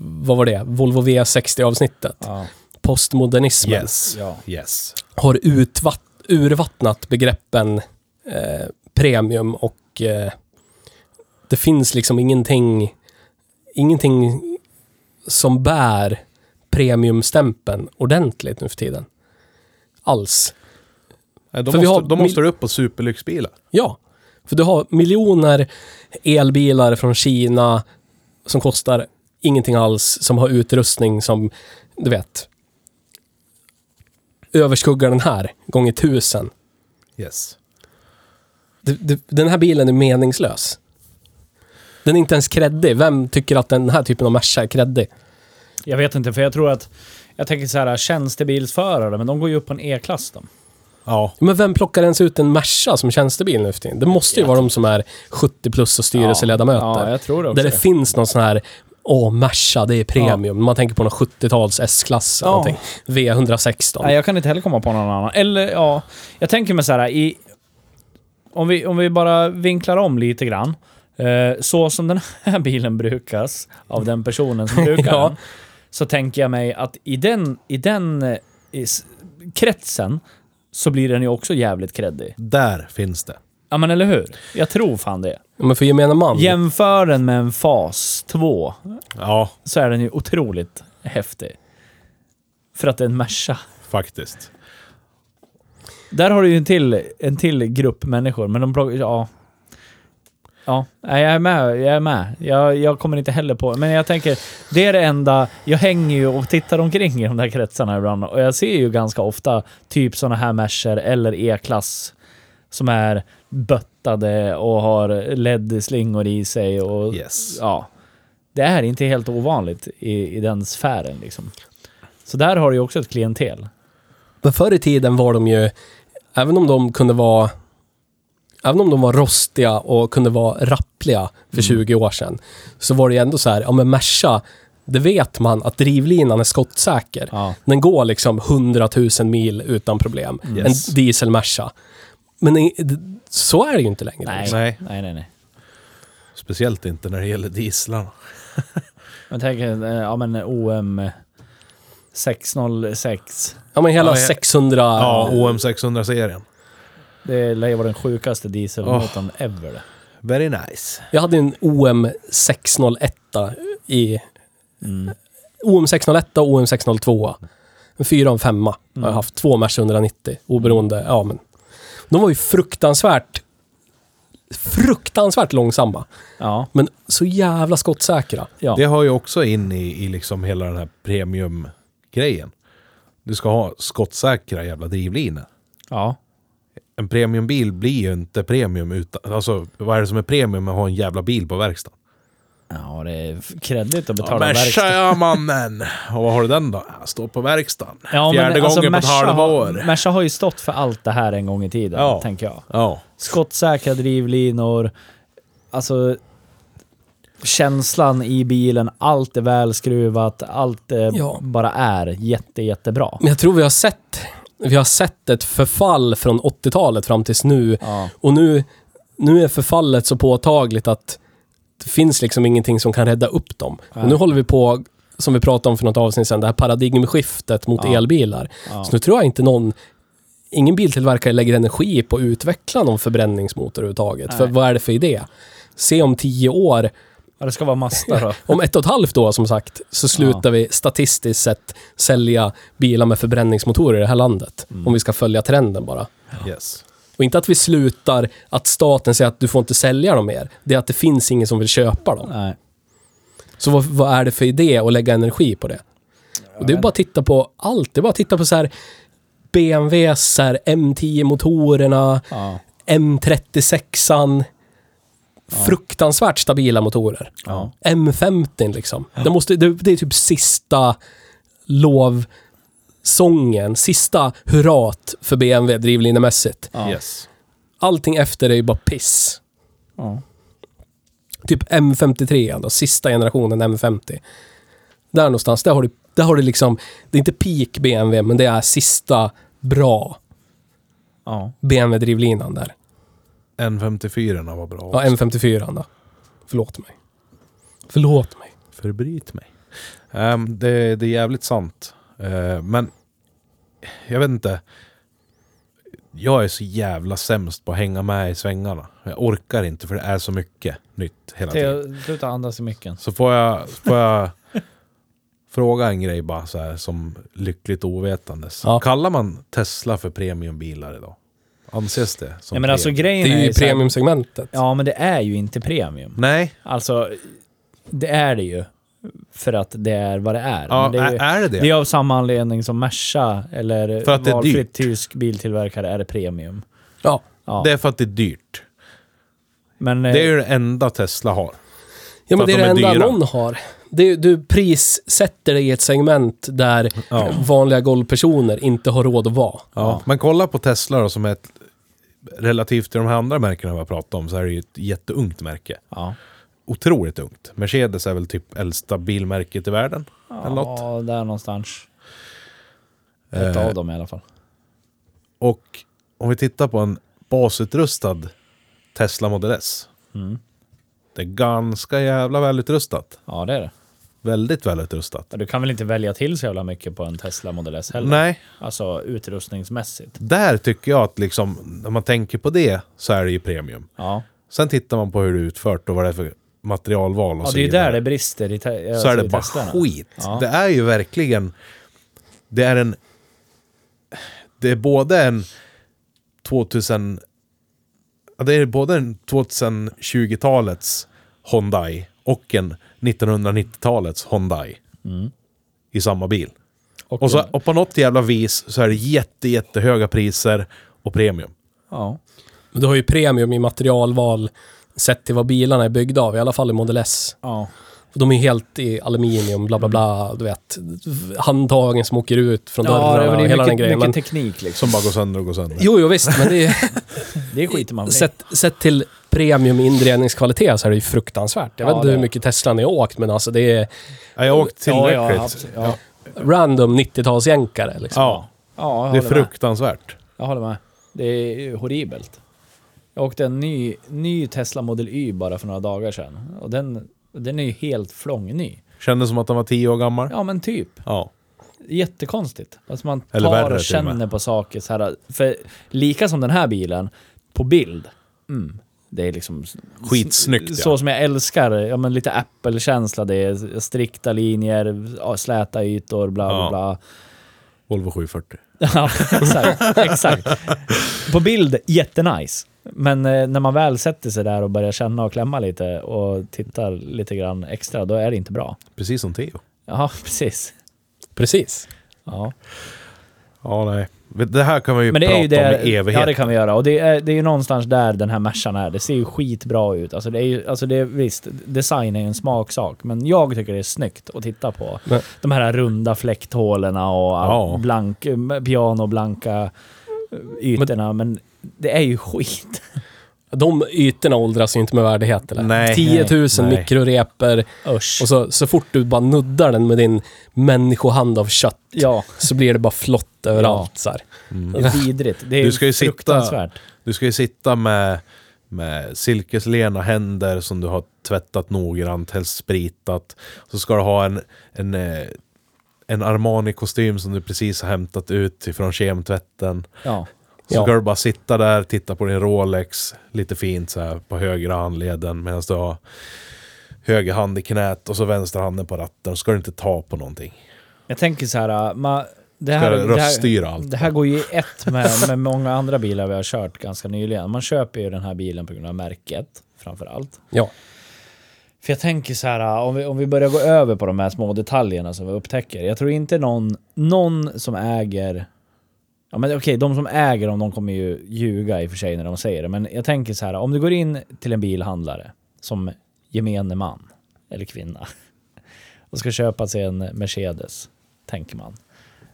vad var det? Volvo V60 avsnittet.
Ja,
Postmodernismen
Yes.
ja.
Yes.
har utvatt, urvattnat begreppen eh, premium och eh, det finns liksom ingenting, ingenting som bär premiumstämpeln ordentligt nu för tiden. Alls.
Nej, Då
För vi
måste,
har
då
mil-
måste du upp på superlyxbilar.
Ja, för du har miljoner elbilar från Kina som kostar ingenting alls, som har utrustning som, du vet, överskuggar den här gånger tusen.
Yes.
Du- du- Den här bilen är meningslös. Den är inte ens kreddig. Vem tycker att den här typen av Merca är kreddig?
Jag vet inte, för jag tror att... Jag tänker så här, tjänstebilsförare, men de går ju upp på en E-klass de.
Ja.
Men vem plockar ens ut en Merca som tjänstebil nu för tiden? Det måste ju vara de som är 70 plus och styrelseledamöter.
Ja, ja, jag tror det också.
Där det finns någon sån här, åh, Merca, det är premium. Man tänker på någon 70-tals S-klass eller
Ja.
någonting. V116.
Nej, jag kan inte heller komma på någon annan. Eller ja, jag tänker mig så här i... Om vi, om vi bara vinklar om lite grann. Eh, så som den här bilen brukas av den personen som brukar
Ja.
den. Så tänker jag mig att i den, i den eh, i s- kretsen så blir den ju också jävligt kreddig.
Där finns det.
Ja men eller hur? Jag tror fan det.
Men för gemene man,
Jämför den med en fas 2
Ja,
så är den ju otroligt häftig. För att det är en Merca.
faktiskt.
Där har du ju en till, en till grupp människor, men de plockar... Ja. Ja, nej, jag är med. Jag är med. Jag, jag kommer inte heller på... Men jag tänker, det är det enda... Jag hänger ju och tittar omkring i de där kretsarna ibland och jag ser ju ganska ofta typ sådana här Mercer eller E-klass som är böttade och har LED-slingor i sig och...
Yes.
Ja. Det är inte helt ovanligt i, i den sfären liksom. Så där har du ju också ett klientel.
men förr i tiden var de ju, även om de kunde vara Även om de var rostiga och kunde vara rappliga
Mm.
för 20 år sedan, så var det ju ändå så här, ja men Merca, det vet man att drivlinan är skottsäker.
Ja.
Den går liksom 100 000 mil utan problem.
Yes.
En diesel Merca. Men i- d- så är det ju inte längre.
Nej.
liksom.
Nej.
Nej, nej, nej.
Speciellt inte när det gäller dieslarna.
Men tänk, eh, ja men OM 606.
Ja, men hela
Ja, jag-
600...
Ja, OM600-serien.
Det lär ju vara den sjukaste dieselmotorn ever. det.
Very nice.
Jag hade en OM 601 i... OM 601 och OM 602. En fyra och en femma
Mm.
har jag haft. Två Merca 190. Oberoende. Ja, men. De var ju fruktansvärt... Fruktansvärt långsamma.
Ja,
Men så jävla skottsäkra.
ja.
Det hör ju också in i, i liksom hela den här premiumgrejen. Du ska ha skottsäkra jävla drivlinor.
ja.
En premiumbil blir ju inte premium utan... Alltså, vad är det som är premium med att ha en jävla bil på verkstaden?
Ja, det är f- kreddigt att
Ja,
betala
Merca
verkstad.
ja, mannen! Och vad har du den då? Jag står på verkstaden.
Ja, alltså,
Fjärde gången på ett
Merca
halvår.
har- Merca har ju stått för allt det här en gång i tiden,
Ja.
tänker jag.
Ja.
Skottsäkra drivlinor, alltså känslan i bilen, allt är välskruvat, allt eh,
Ja.
bara är jätte, jättebra.
Men jag tror vi har sett, vi har sett ett förfall från 80-talet fram tills nu.
Ja.
Och nu, nu är förfallet så påtagligt att det finns liksom ingenting som kan rädda upp dem. Och nu håller vi på, som vi pratade om för något avsnitt sedan, det här paradigmskiftet mot
Ja.
elbilar.
Ja.
Så nu tror jag inte någon Ingen biltillverkare lägger energi på att utveckla någon förbränningsmotor överhuvudtaget. För
Nej.
vad är det för idé? Se om tio år,
Ja, det ska vara Mazda då.
om ett och ett halvt år som sagt, så slutar vi statistiskt sett sälja bilar med förbränningsmotorer i det här landet.
Mm.
Om vi ska följa trenden bara.
Yes.
Och inte att vi slutar att staten säger att du får inte sälja dem mer. Det är att det finns ingen som vill köpa dem.
Nej.
Så vad, vad är det för idé att lägga energi på det? Och det är bara att titta på allt. Det är bara att titta på så här BMWs här M10-motorerna,
Ja.
M36an. Fruktansvärt stabila motorer.
Ja.
M50 liksom. Det, måste, det, det är typ sista lovsången, sista hurrat för BMW drivlinemässigt.
Ja.
Yes.
Allting efter är ju bara piss.
Ja.
Typ M53 då, sista generationen M50. Där någonstans, där har du, där har du liksom, det är inte peak BMW, men det är sista bra
Ja.
BMW-drivlinan där.
N54 var bra
Ja,
också.
M54 då. Förlåt mig. Förlåt mig.
Förbryt mig. Ehm, det, det är jävligt sant. Eh, men jag vet inte. Jag är så jävla sämst på att hänga med i svängarna. Jag orkar inte för det är så mycket nytt hela tiden.
Theo, Sluta andas i micken.
Så får jag, får jag fråga en grej bara så här som lyckligt ovetandes.
Ja.
Kallar man Tesla för premiumbilar idag? Anses det som
Ja, men alltså
premium?
Det
grejen
är ju
så här-
premiumsegmentet.
Ja, men det är ju inte premium.
Nej,
Alltså, det är det ju. För att det är vad det är.
ja,
Men det är, ju,
är, är det det?
det är av samma anledning som Merca eller
För att det är dyrt.
tysk biltillverkare är det premium.
Ja.
Ja.
Det är för att det är dyrt.
men, eh,
Det är ju det enda Tesla har.
Ja,
För
men
att
det är
de
det
är
enda
dyra.
någon har. Det, du prissätter dig i ett segment där
Ja.
vanliga golvpersoner inte har råd att vara.
Ja. Men kolla på Tesla då, som är ett, relativt till de här andra märkena vi har pratat om, så är det ju ett jätteungt märke.
ja.
Otroligt ungt. Mercedes är väl typ äldsta bilmärket i världen. Eller något.
ja, där någonstans. Ett
Eh.
av dem i alla fall.
Och om vi tittar på en basutrustad Tesla Model S.
Mm.
Det är ganska jävla välutrustat.
Ja, det är det.
Väldigt välutrustat.
Ja, Du kan väl inte välja till så jävla mycket på en Tesla Model S heller?
Nej,
Alltså utrustningsmässigt.
där tycker jag att liksom, när man tänker på det så är det ju premium.
Ja,
Sen tittar man på hur det är utfört och vad det är för materialval och
ja
så
det är ju
vidare.
där det brister i, te-
så
alltså
är det
i
bara
Teslarna.
skit.
Ja.
Det är ju verkligen... Det är en... Det är både en 2000... ja, Det är både en 2020-talets Hyundai och en 1990-talets Hyundai. I samma bil.
Mm. Och,
Och, så, och på något jävla vis så är det jätte, jättehöga priser och premium.
ja.
Men Du har ju premium i materialval sett till vad bilarna är byggda av, i alla fall i Model S.
Ja.
De är helt i aluminium, bla bla bla, du vet. Handtagen som åker ut från
ja, det
dörrarna
är
och
mycket,
hela den grejen. Men,
mycket teknik liksom.
Som bara går sönder och går sönder.
jo, jo, visst, men det är,
Det skiter man väl i.
sett, sett till premium i inredningskvalitet så är det ju fruktansvärt. Jag
Ja,
vet inte hur
det är.
mycket Tesla ni har åkt, men alltså det är
Ja, jag har åkt
Ja,
tillräckligt.
ja,
Ja,
absolut. ja.
random 90-talsjänkare. Liksom.
ja
det är
jag håller med.
fruktansvärt.
Jag håller med. Det är ju horribelt. Jag åkte en ny, ny Tesla Model Y bara för några dagar sedan. Och den, den är ju helt flångny.
Kändes som att han var tio år gammal.
Ja men typ.
ja.
Jättekonstigt. Alltså man
Eller värre
tar
till och
och känner
med.
på saker så här. För lika som den här bilen, på bild. Mm, det är liksom s-
Skitsnyggt, ja.
Så som jag älskar, ja men lite Apple-känsla. Det är strikta linjer, ja, släta ytor, bla bla
Ja.
bla.
Volvo 740.
Ja, exakt. exakt. På bild, jättenice. Men eh, när man väl sätter sig där och börjar känna och klämma lite och tittar lite grann extra, då är det inte bra.
Precis som Theo.
Ja, precis.
Precis.
Ja.
Ja, nej. Det här kan man ju
Men det
prata
är ju
om
det,
i evighet.
ja, det kan vi göra. Och det är, det är ju någonstans där den här Mercan är. Det ser ju skitbra ut. Alltså det är ju, alltså det är, visst, design är ju en smaksak, men jag tycker det är snyggt att titta på.
Men-
De här runda fläkthålorna och
Ja.
blank, pianoblanka ytorna, men det är ju skit.
De ytorna åldras ju inte med värdighet. Eller?
Nej.
10 000
Nej.
mikroreper.
Usch.
Och så, så fort du bara nuddar den med din människohand av kött
ja,
så blir det bara flott överallt. Så här.
det är vidrigt. Det är
Mm. Du ska ju sitta-
fruktansvärt.
Du ska ju sitta med, med silkeslena händer som du har tvättat noggrant, helst spritat. Så ska du ha en, en, eh, en Armani-kostym som du precis har hämtat ut ifrån kemtvätten.
Ja.
Så
Ja.
ska du bara sitta där, titta på din Rolex, lite fint så här på högra handleden medan du har höger hand i knät och så vänster handen på ratten. Så ska du inte ta på någonting.
Jag tänker så här, man, det,
Ska
här,
du
det, här,
röststyra allt.
det här går ju i ett med, med många andra bilar vi har kört ganska nyligen. Man köper ju den här bilen på grund av märket framför allt.
Ja.
För jag tänker så här, om vi, om vi börjar gå över på de här små detaljerna som vi upptäcker. Jag tror inte någon, någon som äger Ja men okej, de som äger dem, de kommer ju ljuga i och för sig när de säger det. Men jag tänker så här, om du går in till en bilhandlare som gemene man eller kvinna och ska köpa sig en Mercedes, tänker man.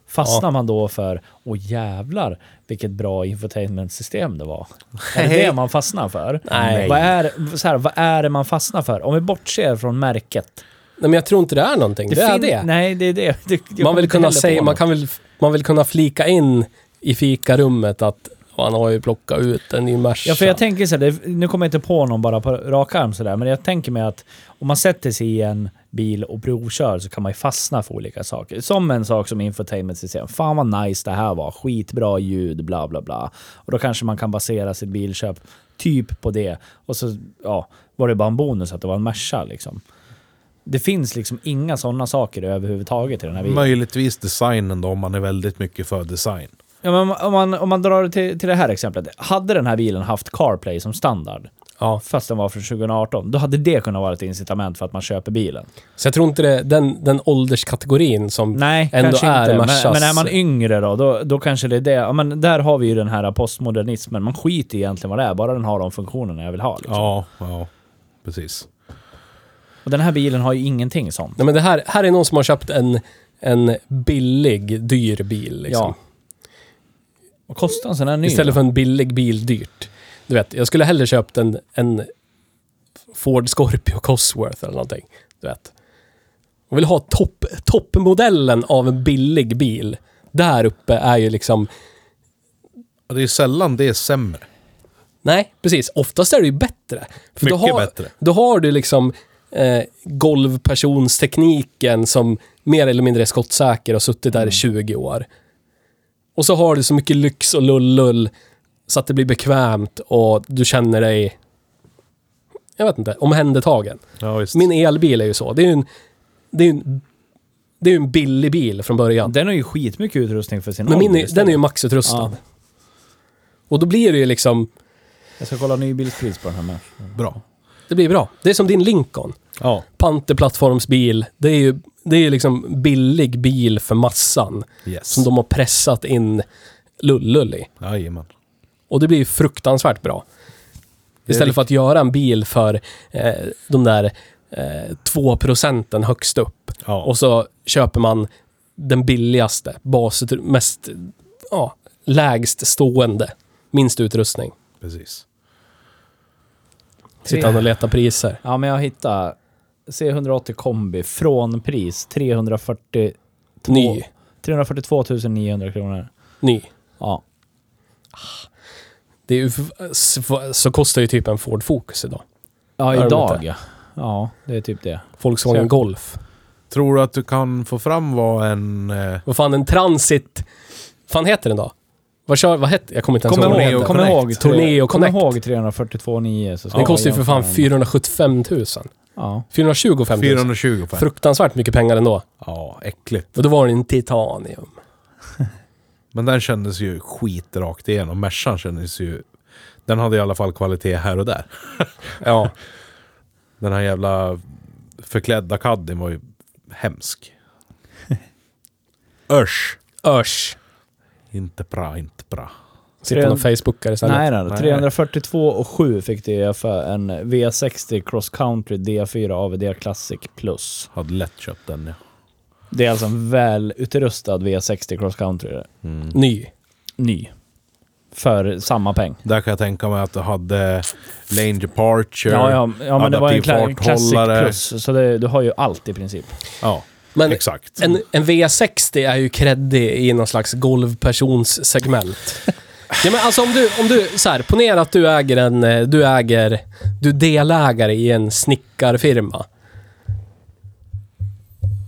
Fastnar man då för, åh jävlar vilket bra infotainmentsystem det var. Är det det man fastnar för?
Nej.
Vad är, så här, vad är det man fastnar för? Om vi bortser från märket.
Nej, men jag tror inte det är någonting. Det, är
fin-
det.
Nej, det är det. Det- jag
man
kommer
vill
inte
kunna
heller
säga,
på
man
något.
kan väl, man vill kunna flika in i fikarummet att han har ju plockat ut en ny Merca.
Ja, för jag tänker så här, det, nu kommer jag inte på någon bara på rak arm sådär, men jag tänker mig att om man sätter sig i en bil och provkör så kan man ju fastna för olika saker. Som en sak som infotainmentsystem. Fan vad nice det här var, skitbra ljud, bla bla bla. Och då kanske man kan basera sitt bilköp typ på det. Och så ja, var det bara en bonus att det var en Merca liksom. Det finns liksom inga sådana saker överhuvudtaget i den här bilen.
Möjligtvis designen då, om man är väldigt mycket för design.
Ja, men om, om, man, om man drar det till, till det här exemplet. Hade den här bilen haft CarPlay som standard,
Ja.
fast den var från 2018, då hade det kunnat vara ett incitament för att man köper bilen.
Så jag tror inte det, den, den ålderskategorin som
Nej,
ändå
kanske
är
inte. Men,
Mercas-
men är man yngre då, då, då kanske det är det. Ja, men där har vi ju den här postmodernismen. Man skiter egentligen vad det är, bara den har de funktionerna jag vill ha. Liksom.
Ja, ja. Precis.
Och den här bilen har ju ingenting sånt.
Nej, men det här, här är någon som har köpt en, en billig, dyr bil. Liksom.
Ja. Och kostar en sån här ny?
Istället för en billig bil, dyrt. Du vet, jag skulle hellre köpt en, en Ford Scorpio Cosworth eller någonting. Du vet. Jag vill ha topp, toppmodellen av en billig bil. Där uppe är ju liksom...
Och det är sällan det är sämre.
Nej, precis. Oftast är det ju bättre. För då
Mycket
har,
bättre.
Då har du liksom eh, golvpersonstekniken som mer eller mindre är skottsäker och har suttit där i 20 år. Och så har du så mycket lyx och lullull så att det blir bekvämt och du känner dig, jag vet inte, omhändertagen.
Ja, visst.
Min elbil är ju så. Det är ju en, det är ju en, det är ju en billig bil från början.
Den har ju skitmycket utrustning för sin
Men min,
ålder
är- den är ju maxutrustad.
Ja.
Och då blir det ju liksom,
Jag ska kolla nybilspris på den här med.
Bra.
det blir bra. Det är som din Lincoln.
Ja.
panterplattformsbil. Det är ju det är ju liksom billig bil för massan
Yes.
som de har pressat in lullull i.
Jajamän.
Och det blir ju fruktansvärt bra.
är
Istället för att göra en bil för eh, de där eh, 2 procenten högst upp
Ja.
och så köper man den billigaste, baset, mest ja, lägst stående, minst utrustning.
Precis.
Sitta och leta priser.
Ja, men jag hittade C180 kombi från pris 340
Ny.
342 900 kronor.
Ny.
Ja.
Det är ju, f- så kostar ju typ en Ford Focus idag. Är
Ja,
de
idag
inte?
ja. Ja, det är typ det.
Volkswagen
Så-
Golf.
Tror du att du kan få fram vad en... Eh,
Vad fan, en transit... fan heter den då? Vad kör... Vad hette... Jag kommer inte ens
Kom
ihåg vad den
ihåg,
heter.
kom
Connect.
ihåg, tre-
Torneo
kom
Connect.
ihåg 342 900. Så ska
Den
jag
kostar ju för fan
jämföra den.
475 000.
Ja.
425 000.
420 på en?
Fruktansvärt mycket pengar ändå.
Ja, äckligt.
Och då var den en titanium.
Men den kändes ju skit rakt igenom. Mercan kändes ju... Den hade i alla fall kvalitet här och där.
Ja.
Den här jävla förklädda caddien var ju hemsk. Usch!
Örs.
Inte bra, inte bra.
Sitter någon facebookare istället.
Nej, nej,
Nej.
342 och 7 fick det för en V60 Cross Country D4 AVD Classic Plus.
Hade lätt köpt den ja.
Det är alltså en välutrustad V60 Cross Country. eh,
Ny.
Ny. För samma peng.
Där kan jag tänka mig att du hade lane departure.
Ja, ja, ja men det var ju en kla- Classic
adaptivfarthållare.
Plus, så det, du har ju allt i princip.
Ja,
Men
exakt.
en, en V60 är ju kreddig i någon slags golvpersonssegment. Ja, men alltså om du, om du så här, ponera att du äger en, eh, du äger, du är delägare i en snickarfirma.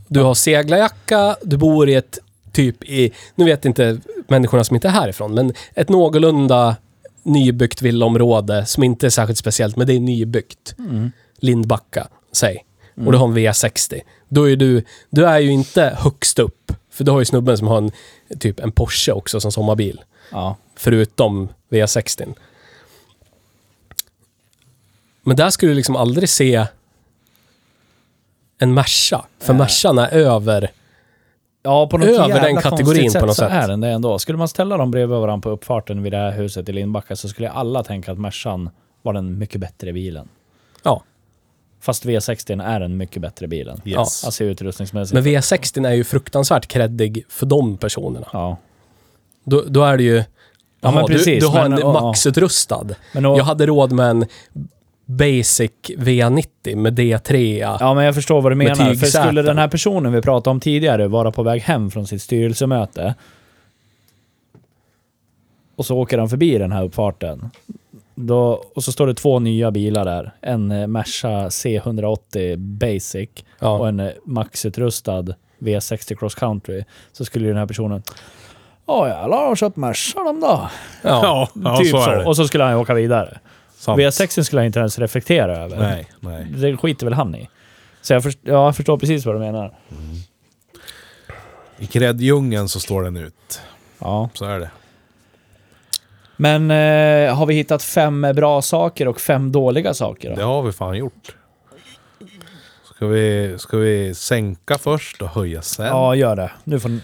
Du har seglarjacka, du bor i ett typ i, nu vet inte människorna som inte är härifrån, men ett någorlunda nybyggt villaområde som inte är särskilt speciellt, men det är nybyggt. Lindbacka, säg. Och du har en V60. Då är du, du är ju inte högst upp, för du har ju snubben som har en, typ en Porsche också som sommarbil
Ja.
förutom V60. Men där skulle du liksom aldrig se en Merca, för
Nej.
Mercan är över
Ja, på något
Över
jävla
den kategorin
konstigt
på något
så
sätt.
är den det ändå. Skulle man ställa dem bredvid varandra på uppfarten vid det här huset i Lindbacka så skulle alla tänka att Mercan var den mycket bättre bilen.
Ja.
Fast V60 är den mycket bättre bilen.
Yes.
Alltså utrustningsmässigt.
Men V60 är ju fruktansvärt creddig för de personerna.
ja.
Då, då är det ju... Ja,
men
du,
precis,
du har
men-
en
ja, ja.
maxutrustad.
Men och,
Jag hade råd med en basic V90 med D3.
Ja, men jag förstår vad du
Med
menar. För
tygsäten.
skulle den här personen vi pratade om tidigare vara på väg hem från sitt styrelsemöte och så åker han förbi den här uppfarten. Då, och så står det två nya bilar där. En eh, Merca C180 Basic
Ja.
och en eh, maxutrustad V60 Cross Country. Så skulle ju den här personen... Ja, jävlar har de köpt Merca de då?
Ja.
Ja, ja
typ
så är
så.
det.
Och så skulle han ju åka vidare.
Sant.
V60 skulle han inte ens reflektera över
Nej, nej.
det skiter väl han i. Så jag, först- ja, jag förstår precis vad du menar.
I kreddjungeln så står den ut.
Ja.
Så är det.
Men eh, har vi hittat fem bra saker och fem dåliga saker? Då?
Det har vi fan gjort. Ska vi, ska vi sänka först och höja sen?
ja, gör det. Nu får ni...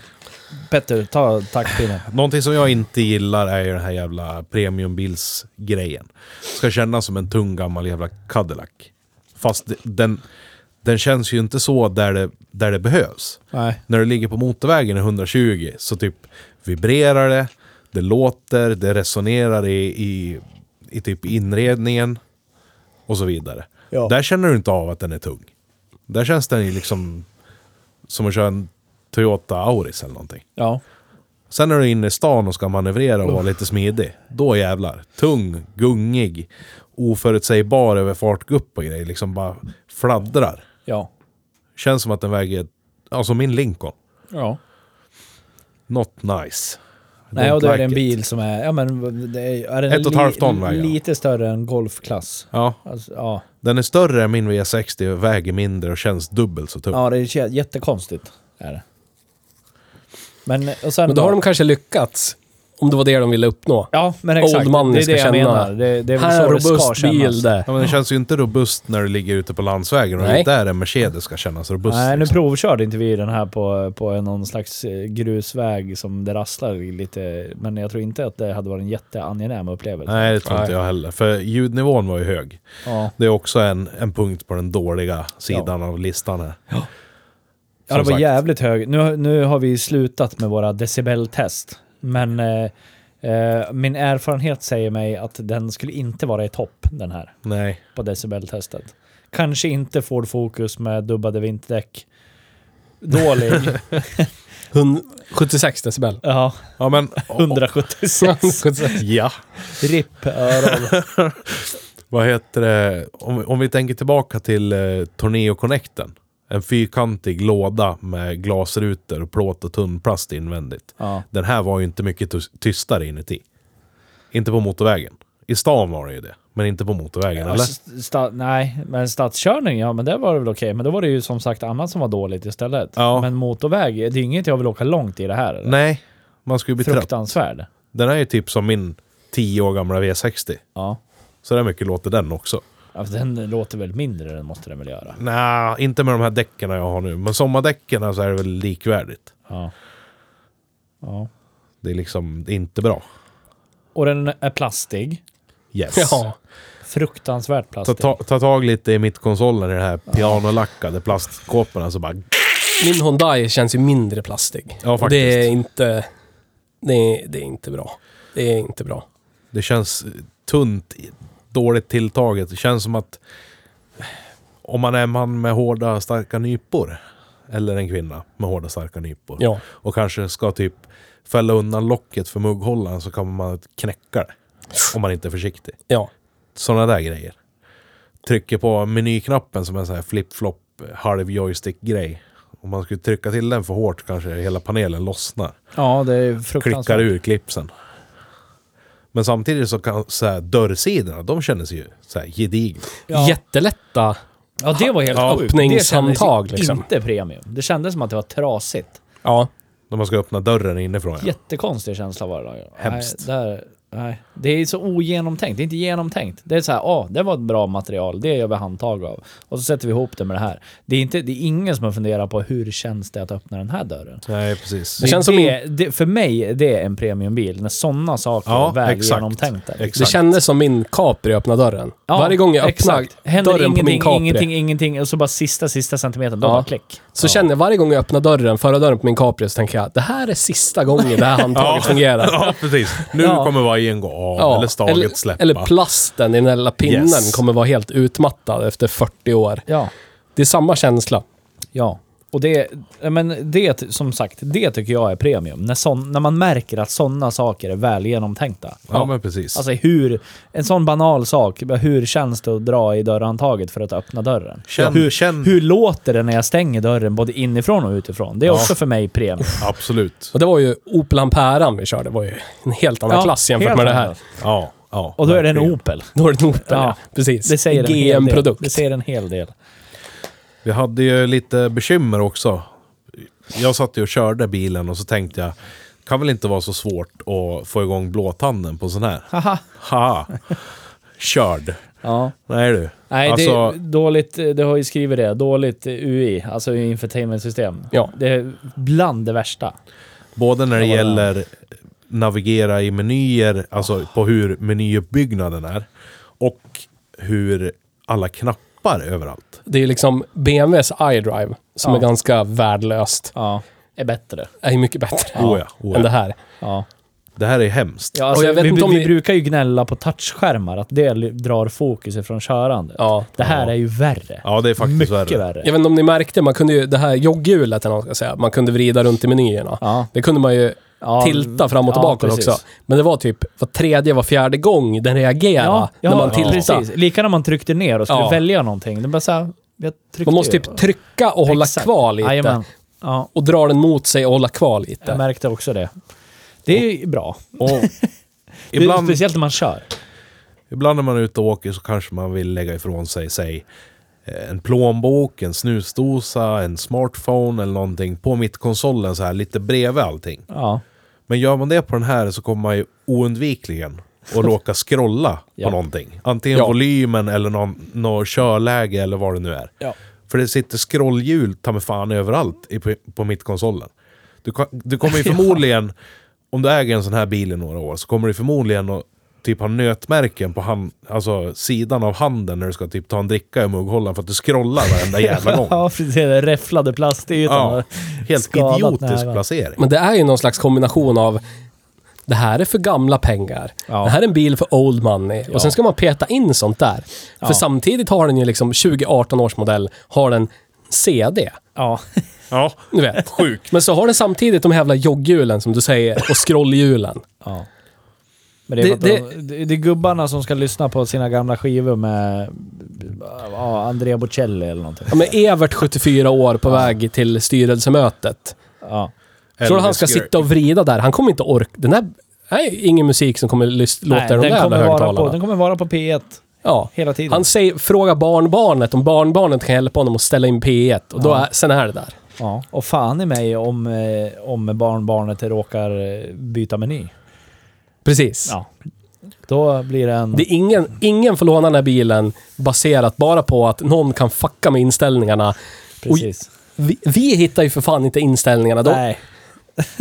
Petter, ta taktpinnen.
Någonting som jag inte gillar är ju den här jävla premiumbilsgrejen. Ska kännas som en tung gammal jävla Cadillac. Fast det- den, den känns ju inte så där det, där det behövs.
Nej.
När du ligger på motorvägen i 120 så typ vibrerar det, det låter, det resonerar i, i, i typ inredningen och så vidare.
Ja.
Där känner du inte av att den är tung. Där känns den ju liksom som att köra en Toyota Auris eller någonting.
Ja.
Sen när du är inne i stan och ska manövrera och vara lite smidig, då jävlar. Tung, gungig, oförutsägbar över fartgupp och grejer. Liksom bara fladdrar.
Ja.
Känns som att den väger, alltså min Lincoln.
Ja.
Not nice.
Nej,
Don't
och då är det
like
en
it.
bil som är... Ja, men det är, är den
Ett och ett
li-
halvt ton väger den.
Lite större än golfklass.
Ja,
Alltså, ja.
den är större än min V60, väger mindre och känns dubbelt så tung.
ja, det är kä- jättekonstigt. Är det. Men, och sen
Men då har de kanske lyckats. Om det var det de ville uppnå.
Ja, men exakt.
Old money
det är
ska
det jag
känna.
menar. Det, det är väl
Här är
så det ska
robust bil
kännas.
det.
Ja, men den känns ju inte robust när du ligger ute på landsvägen och
Nej.
det är där en Mercedes ska kännas robust.
Nej, nu
liksom.
provkörde inte vi den här på, på någon slags eh, grusväg som det rasslar lite. Men jag tror inte att det hade varit en jätteangenäm upplevelse.
Nej, det tror inte
Nej.
jag heller. För ljudnivån var ju hög.
Ja.
Det är också en, en punkt på den dåliga sidan av listan här.
ja, det
Som
var
sagt.
jävligt hög. Nu, nu har vi slutat med våra decibeltest. Men eh, eh, min erfarenhet säger mig att den skulle inte vara i topp, den här,
Nej.
på decibeltestet. Kanske inte Ford Focus med dubbade vinterdäck. Dålig.
Hun- 76 decibel.
ja,
Ja, men...
176.
76.
Ja.
Ripp öron.
Vad heter det? Om, vi- om vi tänker tillbaka till eh, Torneo Connecten. En fyrkantig låda med glasrutor och plåt och tunnplast invändigt.
Ja.
Den här var ju inte mycket tys- tystare inuti. Inte på motorvägen. I stan var det ju det, men inte på motorvägen,
Ja, alltså,
eller?
st- sta- nej, men stadskörning, ja men det var det väl okej. Men då var det ju som sagt annat som var dåligt istället.
Ja.
Men motorväg, det är inget jag vill åka långt i det här. eller?
Nej, man skulle bli trött.
Fruktansvärd.
Den här är ju typ som min 10 år gamla V60.
Ja.
Så där mycket låter den också.
Ja, för den låter väl mindre, den måste den väl göra.
Nej, inte med de här däcken jag har nu. Men sommardäcken så är det väl likvärdigt.
Ja. ja.
Det är liksom inte bra.
Och den är plastig.
Yes.
Ja.
Fruktansvärt
Ta,
plastig.
ta, ta tag lite i mittkonsolen i det här pianolackade plastkåporna så bara...
Min Hyundai känns ju mindre plastig.
Ja,
Och
faktiskt.
Det är inte... Det är, det är inte bra. Det är inte bra.
Det känns tunt, dåligt tilltaget. Det känns som att... Om man är en man med hårda, starka nypor. Eller en kvinna med hårda, starka nypor.
Ja.
Och kanske ska typ fälla undan locket för mugghållaren så kommer man att knäcka det. Om man inte är försiktig.
Ja.
Sådana där grejer. Trycker på menyknappen som en sån här flip-flop halv joystick-grej. Om man skulle trycka till den för hårt kanske hela panelen lossnar.
Ja, det är
Klickar
fruktansvärt.
ur klipsen. Men samtidigt så kan så här, dörrsidorna, de känner sig ju så här gedigna.
Ja.
Jättelätta.
Ja, det var helt
Ja,
sjukt.
öppningshandtag,
Det kändes
liksom.
inte premium. Det kändes som att det var trasigt.
Ja.
När man ska öppna dörren inifrån. Ja.
Jättekonstig känsla var det.
Hemskt.
Nej, där, nej, Det är så ogenomtänkt. Det är inte genomtänkt. Det är så här, ja, det var ett bra material. Det gör vi handtag av. Och så sätter vi ihop det med det här. Det är, inte, det är ingen som har funderat på hur känns det att öppna den här dörren.
Nej, precis.
Det känns som
det, det, för mig är det en premiumbil, när sådana saker
Ja,
är väl
exakt.
genomtänkta.
Exakt.
Det kändes som min Capri öppna dörren.
Ja,
Varje gång jag öppnar
exakt. Händer
dörren på
ingenting,
min Capri
ingenting, ingenting och så bara sista, sista centimetern, då
Ja.
bara klick.
så känner jag varje gång jag öppnar dörren, förra dörren på min Capri, så tänker jag det här är sista gången det här handtaget fungerar.
Ja, precis. Nu
Ja.
kommer vajern gå av
Ja,
eller staget
eller,
släppa.
eller plasten i den där lilla pinnen
Yes.
kommer vara helt utmattad efter 40 år.
Ja.
Det är samma känsla.
Ja. Och det, ja, men det, som sagt, det tycker jag är premium. När, sån, när man märker att sådana saker är väl genomtänkta.
ja, men precis.
Alltså hur, en sån banal sak, bara hur känns det att dra i dörrhandtaget för att öppna dörren?
Känn-
hur,
känn-
hur låter det när jag stänger dörren både inifrån och utifrån? Det är
Ja.
också för mig premium.
Absolut.
Och det var ju Opel Amperan vi körde. Det var ju en helt annan
Ja,
klass
helt
jämfört med det här.
annorlunda.
Ja, ja.
Och då är det en
verkligen.
Opel.
Då var det en Opel, ja.
Ja,
Precis.
Det säger en hel del.
GM-produkt.
Det säger en hel del.
Vi hade ju lite bekymmer också. Jag satt ju och körde bilen och så tänkte jag, kan väl inte vara så svårt att få igång blåtanden på sån här?
Haha.
Haha. Körd.
Ja.
Nej du.
Nej,
alltså,
det är dåligt, det har ju skrivit det, dåligt UI, alltså infotainmentsystem.
Ja.
Det är bland det värsta.
både när det
Ja, vad det
gäller navigera i menyer, alltså på hur menyuppbyggnaden är, och hur alla knappar överallt.
Det är liksom BMWs iDrive som
Ja.
är ganska värdelöst.
Ja. Är bättre.
Är ju mycket bättre
Oh ja, oh ja.
än det här.
Ja.
Det här är hemskt.
Ja, alltså,
Och jag vet
vi,
inte om
vi
ni-
brukar ju gnälla på touchskärmar, att det li- drar fokus ifrån körandet.
Ja.
Det här
Ja.
är ju värre.
Ja, det är faktiskt
Mycket
värre.
värre.
Jag vet inte om ni märkte, man kunde ju, det här jogghjulet, eller vad man ska säga, man kunde vrida runt i menyerna.
Ja.
Det kunde man ju
Ja,
tilta fram och
ja,
tillbaka
precis.
också. Men det var typ var tredje, var fjärde gång den reagerade
Ja, ja,
när man tiltade.
precis. Lika när man tryckte ner och skulle
Ja.
välja någonting. Det är bara så här, jag tryckte
Man måste typ trycka och hålla
Exakt.
kvar lite.
Jajamän. Ja,
Och dra den mot sig och hålla kvar lite.
jag märkte också det. Det är ju bra.
Och
Det är
ibland,
Speciellt när man kör.
ibland när man är ute och åker så kanske man vill lägga ifrån sig, säg, eh, en plånbok, en snusdosa, en smartphone eller någonting på mittkonsolen så här lite bredvid allting.
Ja.
Men gör man det på den här så kommer man ju oundvikligen att råka scrolla
Ja.
på någonting. Antingen
Ja.
volymen eller någon, någon körläge eller vad det nu är.
Ja.
För det sitter scrollhjul ta mig fan överallt i, på, på mittkonsolen. Du, kan- du kommer ju förmodligen, om du äger en sån här bil i några år, så kommer du förmodligen att typ ha nötmärken på hand, alltså sidan av handen när du ska typ ta en dricka i mugghållaren för att du scrollar varenda jävla gång.
Ja, precis. Den räfflade plastytan.
Ja, helt
Skadat
idiotisk
näven.
placering.
Men det är ju någon slags kombination av det här är för gamla pengar.
Ja.
Det här är en bil för old money.
Ja.
Och sen ska man peta in sånt där.
Ja.
För samtidigt har den ju liksom 2018 års modell, har den CD.
Ja.
Ja,
Du vet.
sjukt.
Men så har den samtidigt de här jävla jogghjulen som du säger och scrollhjulen.
ja. Men det är,
Det-
för att de, det, det är gubbarna som ska lyssna på sina gamla skivor med ja, Andrea Bocelli eller någonting.
Ja, men Evert 74 år på väg till styrelsemötet.
Ja.
Tror du han ska
Elvis Gurk.
sitta och vrida där? Han kommer inte orka. Den där är ingen musik som kommer lys- låta i de där
den,
jävla
kommer vara på,
högtalarna.
den kommer vara på P1
Ja.
hela tiden.
Han säger, frågar barnbarnet om barnbarnet kan hjälpa honom att ställa in P1 och då
Ja.
är, sen är det där.
Ja. Och fan i mig om, eh, om barnbarnet råkar eh, byta meny.
Precis.
Ja. Då blir det en...
Det är ingen, ingen får låna den här bilen baserat bara på att någon kan fucka med inställningarna.
precis.
Vi, vi hittar ju för fan inte inställningarna. Då,
Nej.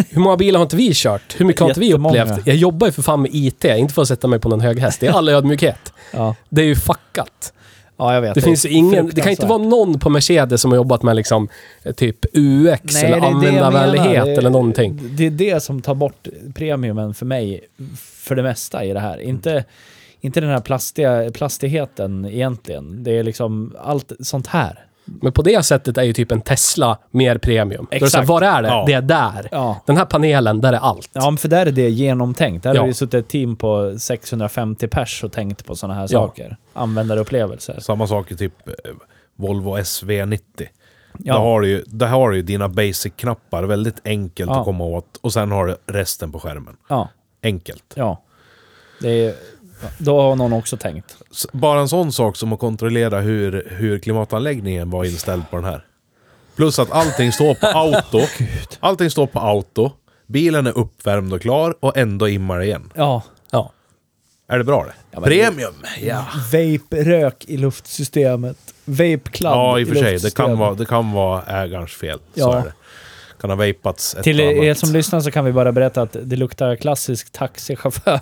hur många bilar har inte vi kört? Hur mycket har inte vi
Jättemånga.
upplevt? Jag jobbar ju för fan med IT, inte för att sätta mig på någon hög häst. Det är all ödmjukhet.
Ja.
Det är ju fuckat.
ja, jag vet.
Det,
är
finns ju ingen, det kan inte
fruktansvärt.
vara någon på Mercedes som har jobbat med liksom, eh, typ UX
Nej,
eller
det är det jag menar.
användarvänlighet
Det-
eller någonting.
Det är det som tar bort premiumen för mig, för det mesta i det här.
Mm.
Inte, inte den här plastiga, plastigheten egentligen. Det är liksom allt sånt här.
Men på det sättet är ju typ en Tesla mer premium. Då är det så här,
Exakt.
var är det?
Ja.
Det är där.
Ja.
Den här panelen, där är allt.
Ja, men för där är det genomtänkt. Där
Ja.
har ju suttit ett team på 650 pers och tänkt på sådana här saker. Användarupplevelser.
Samma sak i typ eh, Volvo SV90.
Ja.
Där, har du ju, där har du ju dina basic-knappar väldigt enkelt
Ja.
att komma åt. Och sen har du resten på skärmen.
Ja,
Enkelt.
ja. Det är, då har någon också tänkt.
S- Bara en sån sak som att kontrollera hur, hur klimatanläggningen var inställd på den här. Plus att allting står på auto. Allting står på auto. Bilen är uppvärmd och klar och ändå immar det igen.
Ja,
Ja.
Är det bra det?
Ja, men-
Premium! Ja.
Vape-rök i luftsystemet. Vape-kladd
Ja, i och för
i
sig. Det
luftsystemet.
kan vara, det kan vara ägarens fel. Så
Ja.
är det. Kan ha vapats ett
Till
och
er
annat.
som lyssnar så kan vi bara berätta att det luktar klassisk taxichaufför.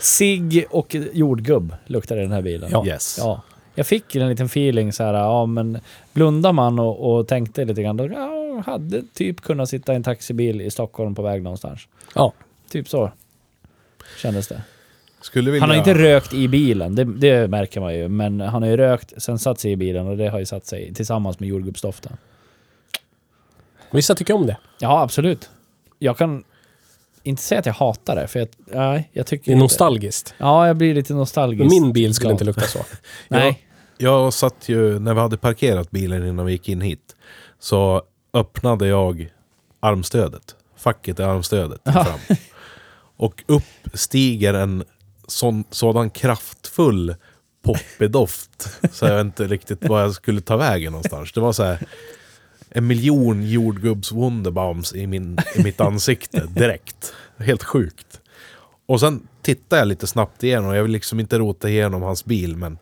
Sig och jordgubb luktar det i den här bilen.
Yes.
Ja. Jag fick en liten feeling så här, ja men blundar man och, och tänkte lite grann, då ja, hade typ kunnat sitta i en taxibil i Stockholm på väg någonstans.
Ja.
Typ så kändes det.
Skulle vilja...
Han har inte rökt i bilen, det, det märker man ju, men han har ju rökt, sen satt sig i bilen och det har ju satt sig tillsammans med jordgubbsdoften.
Vissa tycker om det.
Ja, absolut. Jag kan inte säga att jag hatar det, för jag, nej, jag tycker
Det är
inte-
nostalgiskt.
Ja, jag blir lite nostalgisk.
Men min bil skulle
Ja.
inte lukta så.
Nej.
Jag satt ju, när vi hade parkerat bilen innan vi gick in hit, så öppnade jag armstödet. Facket i armstödet. Fram. Och upp stiger en sån, sådan kraftfull poppedoft. Så jag vet inte riktigt var jag skulle ta vägen någonstans. Det var så här en miljon jordgubbs wonderbaums i, min, i mitt ansikte direkt. Helt sjukt. Och sen tittar jag lite snabbt igenom. Jag vill liksom inte rota igenom hans bil, men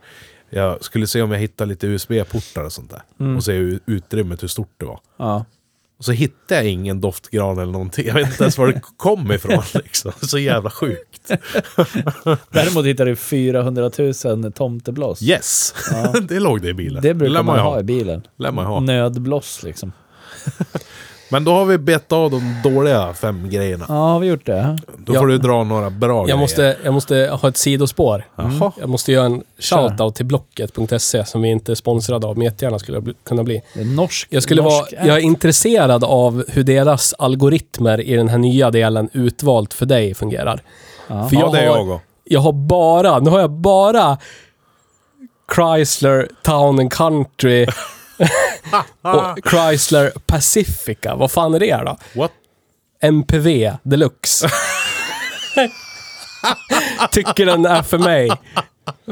jag skulle se om jag hittar lite USB-portar och sånt där.
Mm.
Och se hur utrymmet, hur stort det var.
Ja.
Och så hittade jag ingen doftgran eller någonting. Jag vet inte ens var det kom ifrån liksom. Så jävla sjukt.
Däremot hittar du 400 000 tomtebloss.
Yes! det låg det i bilen.
Det brukar
Lär
man
ju
ha i bilen.
Lär man ju ha.
Nödbloss liksom.
Men då har vi bett av de dåliga fem grejerna.
Ja, har vi gjort det?
Då
Ja.
får du dra några bra
Jag
grejer.
måste, jag måste ha ett sidospår.
Jaha.
Jag måste göra en
Kör.
shoutout till Blocket.se som vi inte är sponsrade av, men jättegärna skulle jag bli, kunna bli.
det är norsk.
Jag, skulle vara,
norsk
jag är intresserad av hur deras algoritmer i den här nya delen utvalt för dig fungerar.
Ja.
För
Ja,
jag,
det är
har,
jag
jag.
också.
har bara, nu har jag bara Chrysler Town and Country och Chrysler Pacifica. Vad fan är det då?
What?
MPV deluxe. Tycker den är för mig.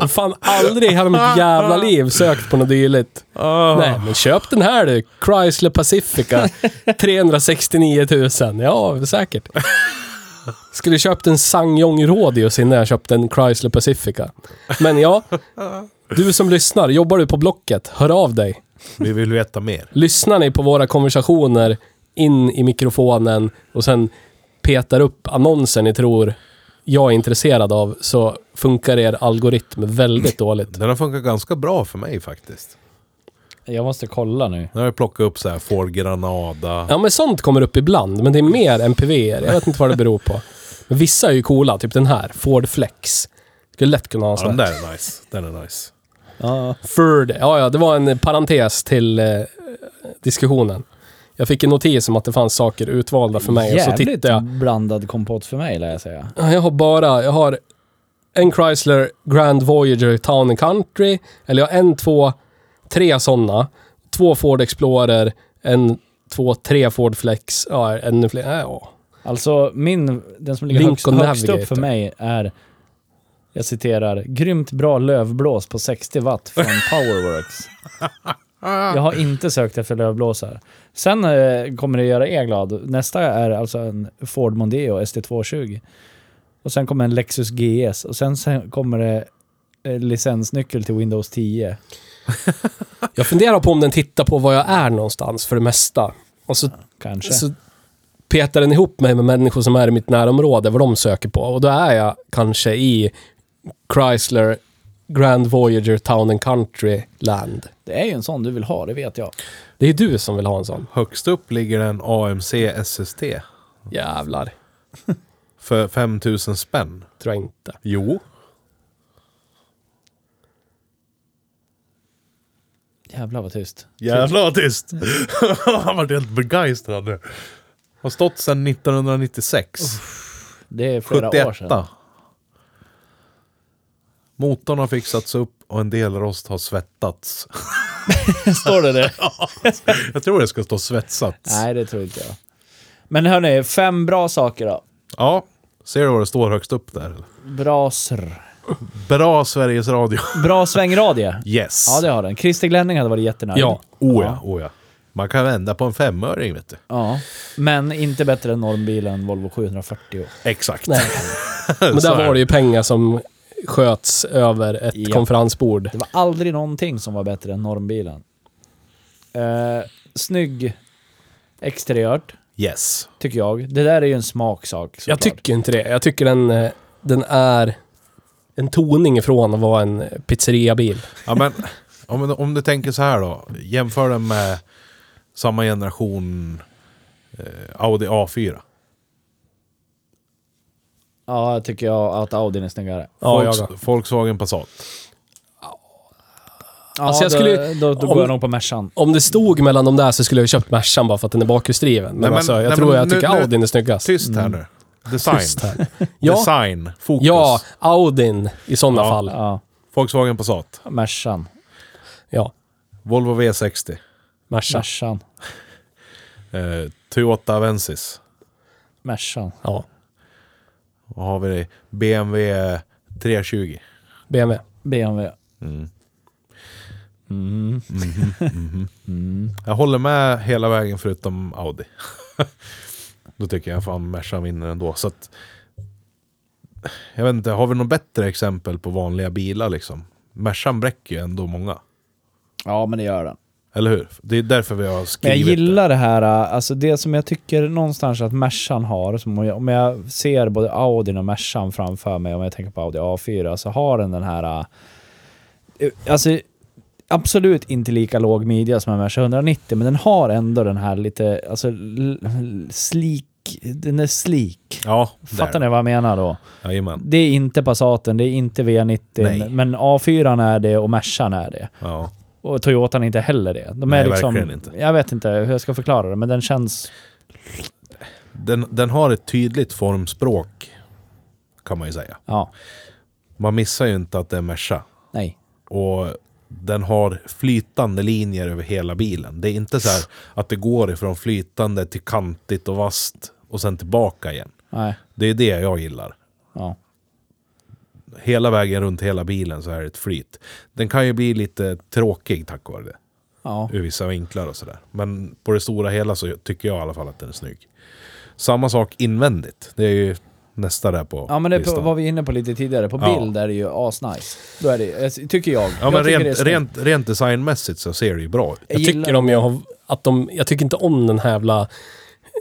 Fan, aldrig i hela mitt jävla liv sökt på något dylikt. Nej, men köp den här du. Chrysler Pacifica. 369 000. Ja, säkert. Skulle köpt en Sangyong Rodius innan jag köpte en Chrysler Pacifica. Men ja, du som lyssnar, jobbar du på Blocket, hör av dig.
Vi vill veta mer.
Lyssnar ni på våra konversationer in i mikrofonen och sen petar upp annonsen ni tror jag är intresserad av så funkar er algoritm väldigt dåligt.
Den har funkat ganska bra för mig faktiskt.
Jag måste kolla nu.
Nu har jag plockat upp så här får Granada.
Ja, men sånt kommer upp ibland, men det är mer MPV. Jag vet inte vad det beror på. Men vissa är ju coola, typ den här, Ford Flex. Skulle lätt kunna ha en
Ja, den
sån här.
där är nice. Den är nice.
Ja.
Ford. Ja, ja, det var en parentes till eh, diskussionen. Jag fick en notis om att det fanns saker utvalda för mig och så
Jävligt
tittade jag.
blandad kompott för mig, lär jag säga.
Ja, Jag har bara, jag har en Chrysler Grand Voyager Town and Country. Eller jag har en, två, tre sådana. Två Ford Explorer, en, två, tre Ford Flex. Ja, ännu fler. Ja, Ja.
Alltså, min, den som ligger högst,
Lincoln
högst upp
Navigator.
för mig är, jag citerar, grymt bra lövblås på 60 watt från Powerworks. Jag har inte sökt efter lövblåsar. Sen eh, kommer det göra er glad. Nästa är alltså en Ford Mondeo ST220. Och sen kommer en Lexus GS och sen, sen kommer det eh, licensnyckel till Windows 10.
Jag funderar på om den tittar på var jag är någonstans för det mesta. Och så,
Kanske.
så petar den ihop mig med människor som är i mitt närområde, vad de söker på. Och då är jag kanske i Chrysler Grand Voyager Town and Country Land.
Det är ju en sån du vill ha, det vet jag.
Det är du som vill ha en sån.
Högst upp ligger en AMC SST.
Jävlar.
För 5000 spänn.
Tror jag inte.
Jo.
Jävlar vad tyst.
Jävlar vad tyst! Han var helt begeistrad nu. Har stått sedan 1996.
Det är flera år
71.
sedan.
Motorn har fixats upp och en del rost har svettats.
Står det det?
Jag tror det ska stå svetsats.
Nej, det tror inte jag. Men hörni, fem bra saker då.
Ja. Ser du vad det står högst upp där? eller?
Bra sr.
Bra Sveriges Radio.
Bra svängradie.
Yes.
Ja, det har den. Christer Glenning hade varit jättenöjd.
Ja.
Oh ja, oh ja. Man kan vända på en femöring vet du.
ja. Men inte bättre än normbilen Volvo 740.
Exakt.
Men
Så
där
är
var det ju pengar som sköts över ett
Ja.
konferensbord.
Det var aldrig någonting som var bättre än normbilen. Eh, snygg exteriört,
Yes.
tycker jag. Det där är ju en smaksak
Jag
såklart.
tycker inte det. Jag tycker den, eh, den är en toning ifrån att vara en pizzeriabil.
Ja, men, om, om du tänker så här då. Jämför den med samma generation eh, Audi A4.
Ja, jag tycker jag att Audin är snyggare.
Ja,
Volks,
jag
Volkswagen Passat.
Ja,
Alltså, jag
då,
skulle-
då, då
om-
går jag nog på Mercan.
Om det stod mellan de där så skulle jag ju köpt Mercan bara för att den är bakhjulsdriven. Men,
Nej, men-
alltså, jag
nej,
tror
men
jag
nu-
tycker
nu-
Audin är snyggast.
Tyst här nu. Design.
Mm. Tyst här. Ja,
Design. Fokus.
ja, Audin i sådana
Ja.
fall.
Ja,
Volkswagen Passat.
Mercan.
Ja,
Volvo V60.
Mercan.
Mercan.
Eh, Toyota Avensis.
Mercan.
Ja,
Vad har vi det? BMW 320.
BMW.
BMW.
Jag håller med hela vägen förutom Audi. Då tycker jag fan Mercan vinner ändå. Så att, jag vet inte, har vi något bättre exempel på vanliga bilar liksom? Mercan bräcker ju ändå många.
Ja, men det gör den.
Eller hur? Det är därför vi har
Men jag
skrivit det.
gillar det här, alltså det som jag tycker någonstans att Mercan har, som om jag- om jag ser både Audin och Mercan framför mig, om jag tänker på Audi A4, så har den den här... eh, Alltså, absolut inte lika låg midja som en Merca 190, men den har ändå den här lite, alltså l- l- slik, den är slik.
Ja,
Fattar ni vad jag menar då?
Jajamän.
Det är inte Passaten, det är inte V90,
Nej.
men A4 är det och Mercan är det.
Ja.
Och Toyotan är inte heller det. De är
Nej,
liksom,
verkligen inte.
Jag vet inte hur jag ska förklara det, men den känns...
Den, den har ett tydligt formspråk. Kan man ju säga.
Ja,
Man missar ju inte att det är Merca.
nej.
Och den har flytande linjer över hela bilen. Det är inte så här att det går ifrån flytande till kantigt och vasst och sen tillbaka igen.
Nej.
Det är det jag gillar.
Ja.
Hela vägen runt hela bilen så är det ett flyt. Den kan ju bli lite tråkig tack vare det.
Ja.
Ur vissa vinklar och sådär. Men på det stora hela så tycker jag i alla fall att den är snygg. Samma sak invändigt. Det är ju nästa där på
ja, men det på,
listan.
var vi inne på lite tidigare. På
Ja.
bild är det ju asnice. Då är det, jag- tycker jag.
Ja, men
jag tycker
rent,
det är snyggt.
rent, rent designmässigt så ser det ju bra ut.
Jag
Jag
gillar-
tycker, om jag, har- att de, jag tycker inte om den här jävla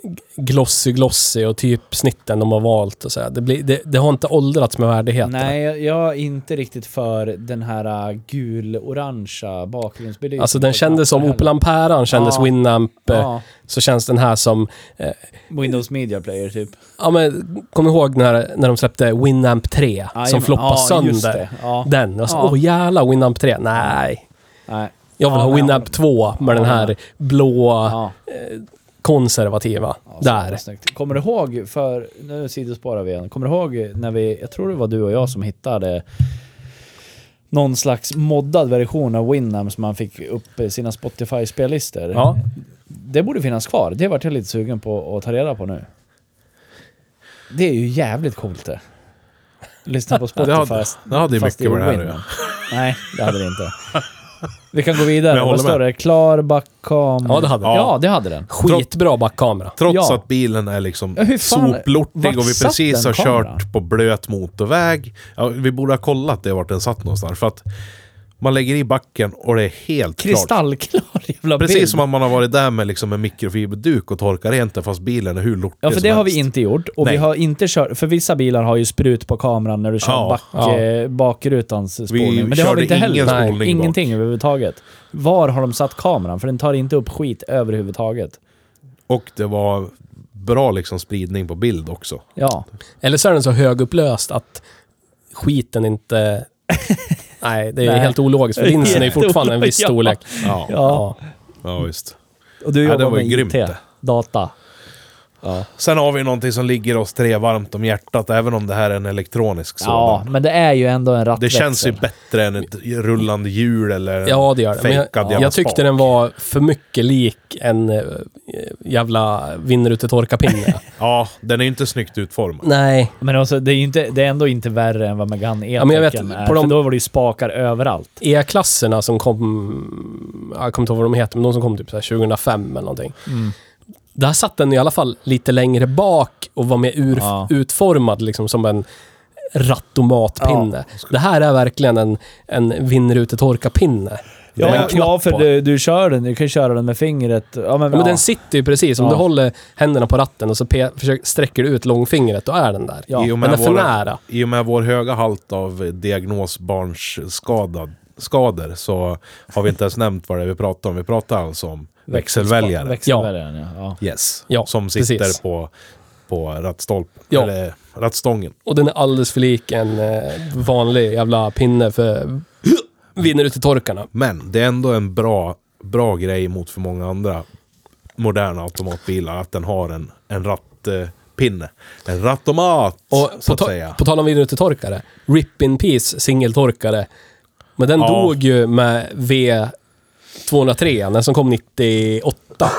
g- glossy glossy och typsnitten de har valt och så här. Det, blir, det, det har inte åldrats med värdighet.
Nej, jag- jag är inte riktigt för den här äh, gul-orangea bakgrundsbelysningen.
Alltså den kändes som Opel Amperan kändes
Ja.
Winamp. eh,
Ja,
Så känns den här som... Eh,
Windows Media Player typ.
ja men, kom ihåg när, när de släppte Winamp 3 som
Jajamän.
floppade
ja, just
sönder.
det. Ja,
Den. Jag sa,
Ja.
åh jävlar Winamp 3. Nej.
nej.
Jag vill
Ja,
ha
men-
Winamp 2 med den här blåa
Ja.
konservativa.
Ja, så jävla
Där.
snyggt. Kommer du ihåg, för nu sidospårar vi igen, kommer du ihåg när vi, jag tror det var du och jag som hittade någon slags moddad version av Winamp som man fick upp i sina Spotify-spellistor.
Ja.
Det borde finnas kvar, det vart jag lite sugen på att ta reda på nu. Det är ju jävligt coolt det. Lyssna på Spotify.
Det hade- det hade ju
fast
mycket med det här att
Winamp.
göra.
Nej, det hade det inte. Vi kan gå
Men
vidare.
jag
Vad
håller med.
står det? Klar bakom...
Ja, det hade
den.
den.
Ja, det hade den.
Skitbra backkamera.
Trots
Ja.
att bilen är liksom
Ja, hur fan-
soplortig
vart
och vi
satt
precis
den
har
kameran?
kört på blöt motorväg. Ja, vi borde ha kollat det vart den satt någonstans. För att man lägger i backen och det är helt klart.
Kristallklar jävla bild.
Precis som om man har varit där med liksom en mikrofiberduk och torkar rent den fast bilen är hur lortig
Ja, för
som
det har
helst.
vi inte gjort. Och vi
Nej.
har inte kört... För vissa bilar har ju sprut på kameran när du kör
Ja,
back,
ja.
eh, bakrutans spolning. Men det har
körde
vi inte heller.
ingen
Nej,
spolning bak.
Ingenting överhuvudtaget. Var har de satt kameran? För den tar inte upp skit överhuvudtaget.
Och det var bra liksom spridning på bild också.
Ja.
Eller så är den så högupplöst att skiten inte... Nej, det är
Nej.
helt ologiskt. För linsen är ju fortfarande en viss storlek.
Ja, ja.
Ja.
visst.
Och du
Ja, det
jobbar
var ju
med
grymt
IT.
det.
Data.
Sen har vi någonting som ligger oss tre varmt om hjärtat, även om det här är en elektronisk sådan.
Ja, men det är ju ändå en
Det
rattväxel.
känns ju bättre än ett rullande hjul eller en
Ja, det gör det. Men
fejkad
jag,
jävla
jag tyckte
spak.
den var för mycket lik en eh, jävla vinner ute torkapinne.
Ja, den är ju inte snyggt utformad.
Nej.
Men alltså, det är, ju inte, det är ändå inte värre än vad Megane e
men jag vet,
är.
på
För
de-
då var det ju spakar överallt.
E-klasserna som kom... Jag kommer inte ihåg vad de heter, men de som kom typ så här 2005 eller någonting.
Mm.
Där satt den i alla fall lite längre bak och var mer ur,
Ja.
utformad liksom som en rattomatpinne. Det här är verkligen en, en vindrutetorkarpinne.
Ja,
Med en
ja,
knapp
för
på.
du, du kör den. Du kan ju köra den med fingret. Ja, men,
Ja, men
ja.
den sitter ju precis. Om
Ja.
du håller händerna på ratten och så pe- försöker, sträcker du ut långfingret, då är den där.
Ja.
I, och
Den
med
är för
våra-
nära.
I och med vår höga halt av diagnosbarnsskador skador så har vi inte ens nämnt vad det är vi pratar om. Vi pratar alltså om växelväljare.
Växelväljaren, ja. ja.
yes.
Ja,
som sitter
precis.
på, på rattstolpen.
Ja.
Eller rattstången.
Och den är alldeles för lik en eh, vanlig jävla pinne för vindrutetorkarna.
Men det är ändå en bra, bra grej mot för många andra moderna automatbilar att den har en, en rattpinne. En rattomat,
Och
så
på,
att
ta-
säga.
på tal om vindrutetorkare, Rip in Peace singeltorkare. Men den
Ja.
dog ju med V203, den som kom 98,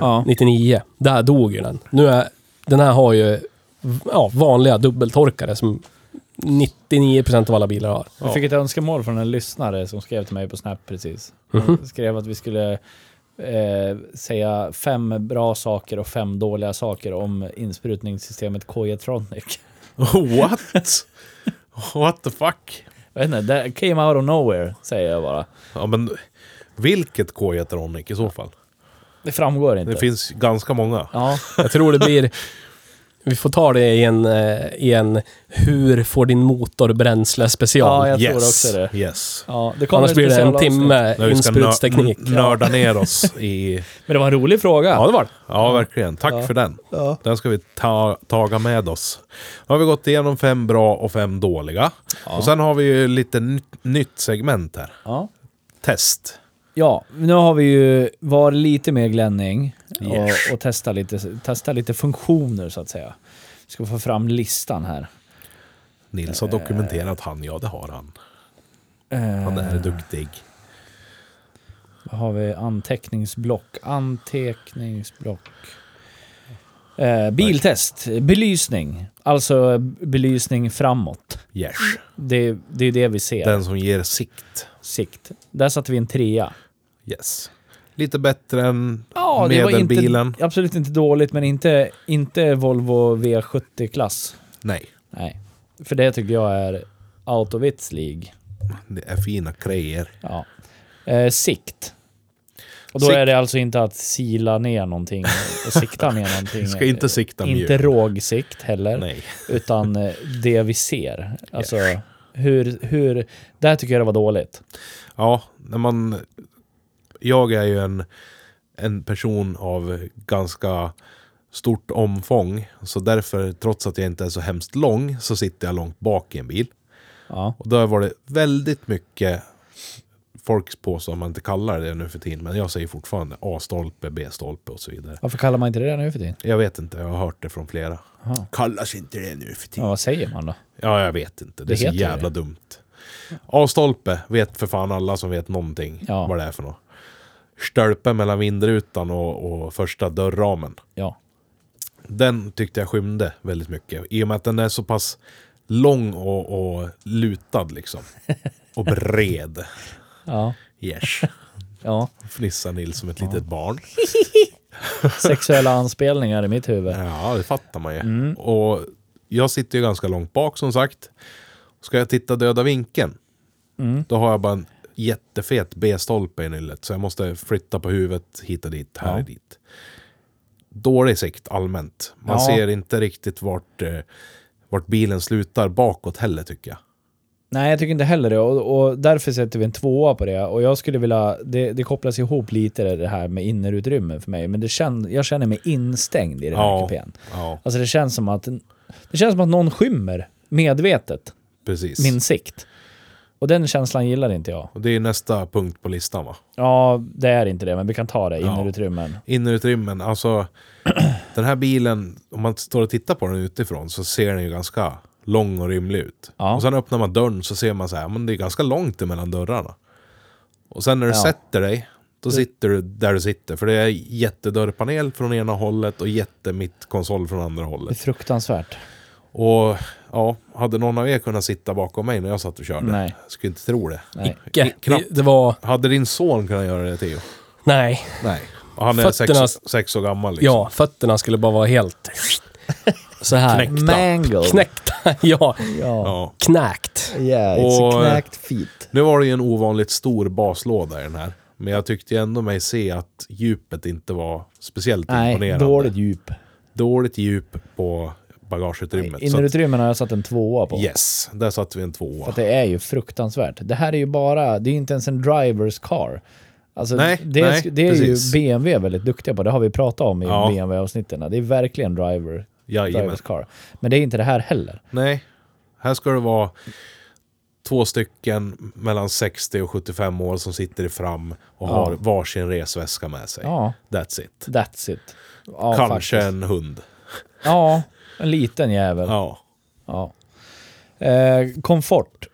ja.
99. Där dog ju den. Nu är, den här har ju ja, vanliga dubbeltorkare som 99% av alla bilar har.
Jag fick ett önskemål från en lyssnare som skrev till mig på Snap precis.
Mhm.
Han skrev att vi skulle eh, säga fem bra saker och fem dåliga saker om insprutningssystemet Koyatronic.
What? What the fuck?
Jag vet inte, that came out of nowhere, säger jag bara.
Ja, men vilket K-Jetronic i så fall?
Det framgår inte.
Det finns ganska många.
Ja,
Jag tror det blir... Vi får ta det i en, eh, i en Hur får din motor bränsle
ja
special.
jag
yes.
tror också det.
Yes.
Ja, det kommer
Annars blir det en
specialavsnitt.
timme
När vi ska
insprutsteknik.
nör- nörda ner oss i...
Men det var en rolig fråga.
Ja, det var det.
Ja, verkligen. Tack för den. Den ska vi ta taga med oss. Nu har vi gått igenom fem bra och fem dåliga. Och sen har vi ju lite nytt, nytt segment här.
Ja.
Test.
Ja, nu har vi ju varit lite mer glänning
Yes.
och, och testa, lite, testa lite funktioner så att säga. Vi ska få fram listan här.
Nils har dokumenterat han. Ja, det har han. Han
Eh.
är duktig.
Vad Eh, har vi? Anteckningsblock. Anteckningsblock. Eh, biltest. Belysning. Alltså belysning framåt.
Yes.
Det, det är det vi ser.
Den som ger sikt.
Sikt. Där satte vi en trea.
Yes. Lite bättre än
Ja, det var
medelbilen.
inte, absolut inte dåligt, men inte, inte Volvo V70-klass.
Nej.
Nej. För det tycker jag är out of its League.
Det är fina grejer.
Ja. Eh, sikt. Och då
Sikt.
är det alltså inte att sila ner någonting och sikta ner någonting.
Ska inte sikta
Inte
mjukt.
rågsikt heller,
Nej.
utan eh, det vi ser. Alltså, hur, hur... Där tycker jag det var dåligt.
Ja, när man... Jag är ju en, en person av ganska stort omfång. Så därför, trots att jag inte är så hemskt lång, så sitter jag långt bak i en bil.
Ja.
Och då har det varit väldigt mycket folk påstår att man inte kallar det nu för tiden, men jag säger fortfarande A-stolpe, B-stolpe och så vidare.
Varför kallar man inte det nu för tiden?
Jag vet inte, jag har hört det från flera.
Aha.
Kallas inte det nu för tiden?
Ja, vad säger man då?
Ja, jag vet inte. Det,
Det
är så
heter
jävla dumt. A-stolpe vet för fan alla som vet någonting
Ja.
vad det är för något. Stölpe mellan vindrutan och, och första dörrramen.
Ja.
Den tyckte jag skymde väldigt mycket. I och med att den är så pass lång och, och lutad liksom. Och bred.
Ja.
Yes.
Ja.
Fnissar Nils som ett litet barn.
Sexuella anspelningar i mitt huvud.
Ja, det fattar man ju.
Mm.
Och jag sitter ju ganska långt bak som sagt. Ska jag titta döda vinkeln,
Mm.
då har jag bara en jättefet B-stolpe i nyllet. Så jag måste flytta på huvudet hit och dit, här
Ja.
och dit. Dålig sikt allmänt. Man
Ja.
ser inte riktigt vart, eh, vart bilen slutar bakåt heller tycker jag.
Nej, jag tycker inte heller det. Och, och därför sätter vi en tvåa på det. Och jag skulle vilja... Det, det kopplas ihop lite det här med innerutrymme för mig. Men det kän, jag känner mig instängd i den här kupén.
ja,
Alltså det känns som att... Det känns som att någon skymmer medvetet
precis.
min sikt. Och den känslan gillar inte jag.
Och det är nästa punkt på listan va?
Ja, det är inte det, men vi kan ta det. Innerutrymmen.
Innerutrymmen, alltså den här bilen, om man står och tittar på den utifrån så ser den ju ganska lång och rymlig ut.
Ja.
Och sen öppnar man dörren så ser man så här, men det är ganska långt emellan dörrarna. Och sen när du
Ja.
sätter dig, då sitter du där du sitter. För det är jättedörrpanel från ena hållet och jättemittkonsol från andra
Det är
hållet.
fruktansvärt.
Och ja, hade någon av er kunnat sitta bakom mig när jag satt och körde?
Nej.
Jag skulle inte tro det.
Nej.
Ja,
Knappt.
Det, det var...
Hade din son kunnat göra det, Theo?
Nej.
Nej. Han är sex,
Fötterna-
sex
typ,
år gammal liksom.
Ja, fötterna skulle bara vara helt... Så här.
Knäckta.
Mangle.
Knäckta. ja,
Ja.
Ja.
knäckt.
Yeah,
Och-
it's a knacked feet.
Nu var det ju en ovanligt stor baslåda i den här. Men jag tyckte ändå mig se att djupet inte var speciellt
Nej,
imponerande.
dåligt djup.
Dåligt djup på bagageutrymmet. Så att,
Innerutrymmen har jag satt en tvåa på.
yes, där satt vi en
För
tvåa.
att det är ju fruktansvärt. Det här är ju bara, det är ju inte ens en drivers car. Alltså,
Nej,
det,
nej,
det är
precis.
ju BMW väldigt duktiga på. Det har vi pratat om i
Ja.
BMW-avsnitten. Det är verkligen driver,
Jajamän.
drivers car. Men det är inte det här heller.
Nej, här ska det vara två stycken mellan 60 och 75 år som sitter i fram och har varsin resväska med sig.
Ja,
That's it.
that's it. Ja,
Kanske
faktiskt.
en hund.
Ja, en liten jävel.
Ja.
Ja. Eh, komfort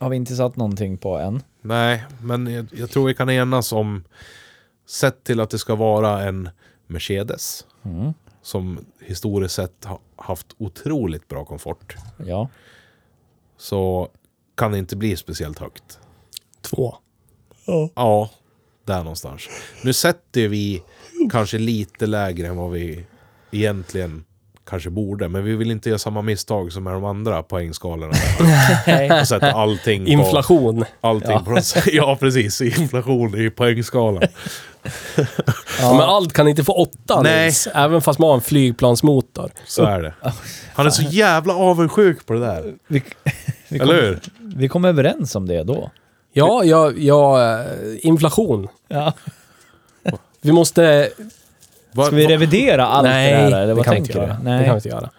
har vi inte satt någonting på än.
Nej, men jag, jag tror vi kan enas om sett till att det ska vara en Mercedes som historiskt sett har haft otroligt bra komfort
Ja.
så kan det inte bli speciellt högt.
Två.
Ja, där någonstans. Nu sätter vi kanske lite lägre än vad vi egentligen kanske borde, men vi vill inte göra samma misstag som med de andra poängskalorna. Och sätta allting på...
Inflation.
Allting ja. på Ja, precis. Inflation i poängskalan.
Ja. Men allt kan inte få åtta
Nej.
Nils, även fast man har en flygplansmotor.
Så är det. Han är så jävla avundsjuk på det där.
Vi, vi, kom,
Eller hur?
vi kom överens om det då.
Ja, ja, ja, eh, inflation.
Ja.
Vi måste...
Var,
Ska vi
var,
revidera allt det
nej,
här eller vad
det kan vi inte
tänker du?
göra. Det kan vi inte göra. Det kan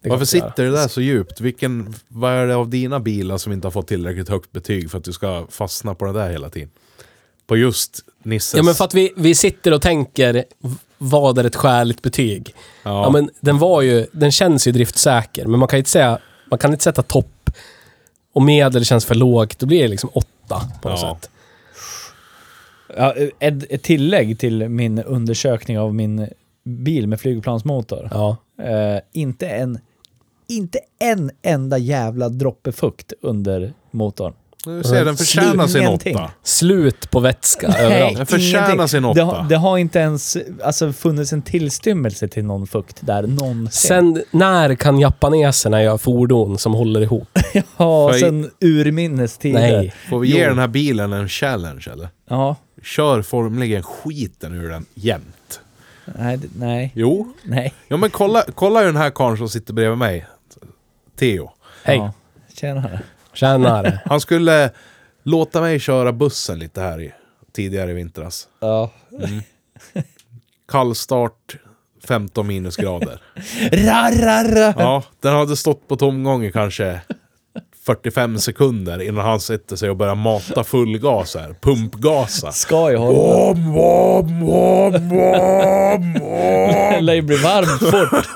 vi
varför
inte
sitter
göra.
det där så djupt? Vilken, vad är det av dina bilar som inte har fått tillräckligt högt betyg för att du ska fastna på det där hela tiden? På just Nisses...
Ja, men för att vi, vi sitter och tänker, v- vad är ett skäligt betyg? Ja.
Ja.
men den var ju, den känns ju driftsäker, men man kan ju inte säga, man kan inte sätta topp och medel känns för lågt, då blir det liksom åtta på något
Ja.
sätt.
Ja, ett, ett tillägg till min undersökning av min bil med flygplansmotor.
Ja.
Eh, inte, en, inte en enda jävla droppe fukt under motorn.
Du ser, den förtjänar sin
Ingenting.
åtta.
Slut på vätska överallt.
Den förtjänar
ingenting.
sin
Det,
åtta.
har- det har inte ens alltså, funnits en tillstymmelse till någon fukt där någonsin.
Sen, när kan japaneserna göra fordon som håller ihop?
ja,
För-
sen urminnes tider.
Nej.
Får vi ge den här bilen en challenge eller?
Ja,
Kör formligen skiten ur den jämt.
nej, d- nej,
Jo.
nej.
Ja men kolla, kolla ju den här karln som sitter bredvid mig. Theo.
Hej,
Ja. Tjenare.
tjänare.
Han skulle låta mig köra bussen lite här i, tidigare i vintras.
Ja.
Kallstart, 15 minusgrader.
Ra, ra, ra.
Ja, den hade stått på tomgång i kanske 45 sekunder innan han sätter sig och börjar mata full gas här. Pumpgasa.
Ska ju hålla.
Om, om, om, om, om.
Det lär ju bli varmt fort.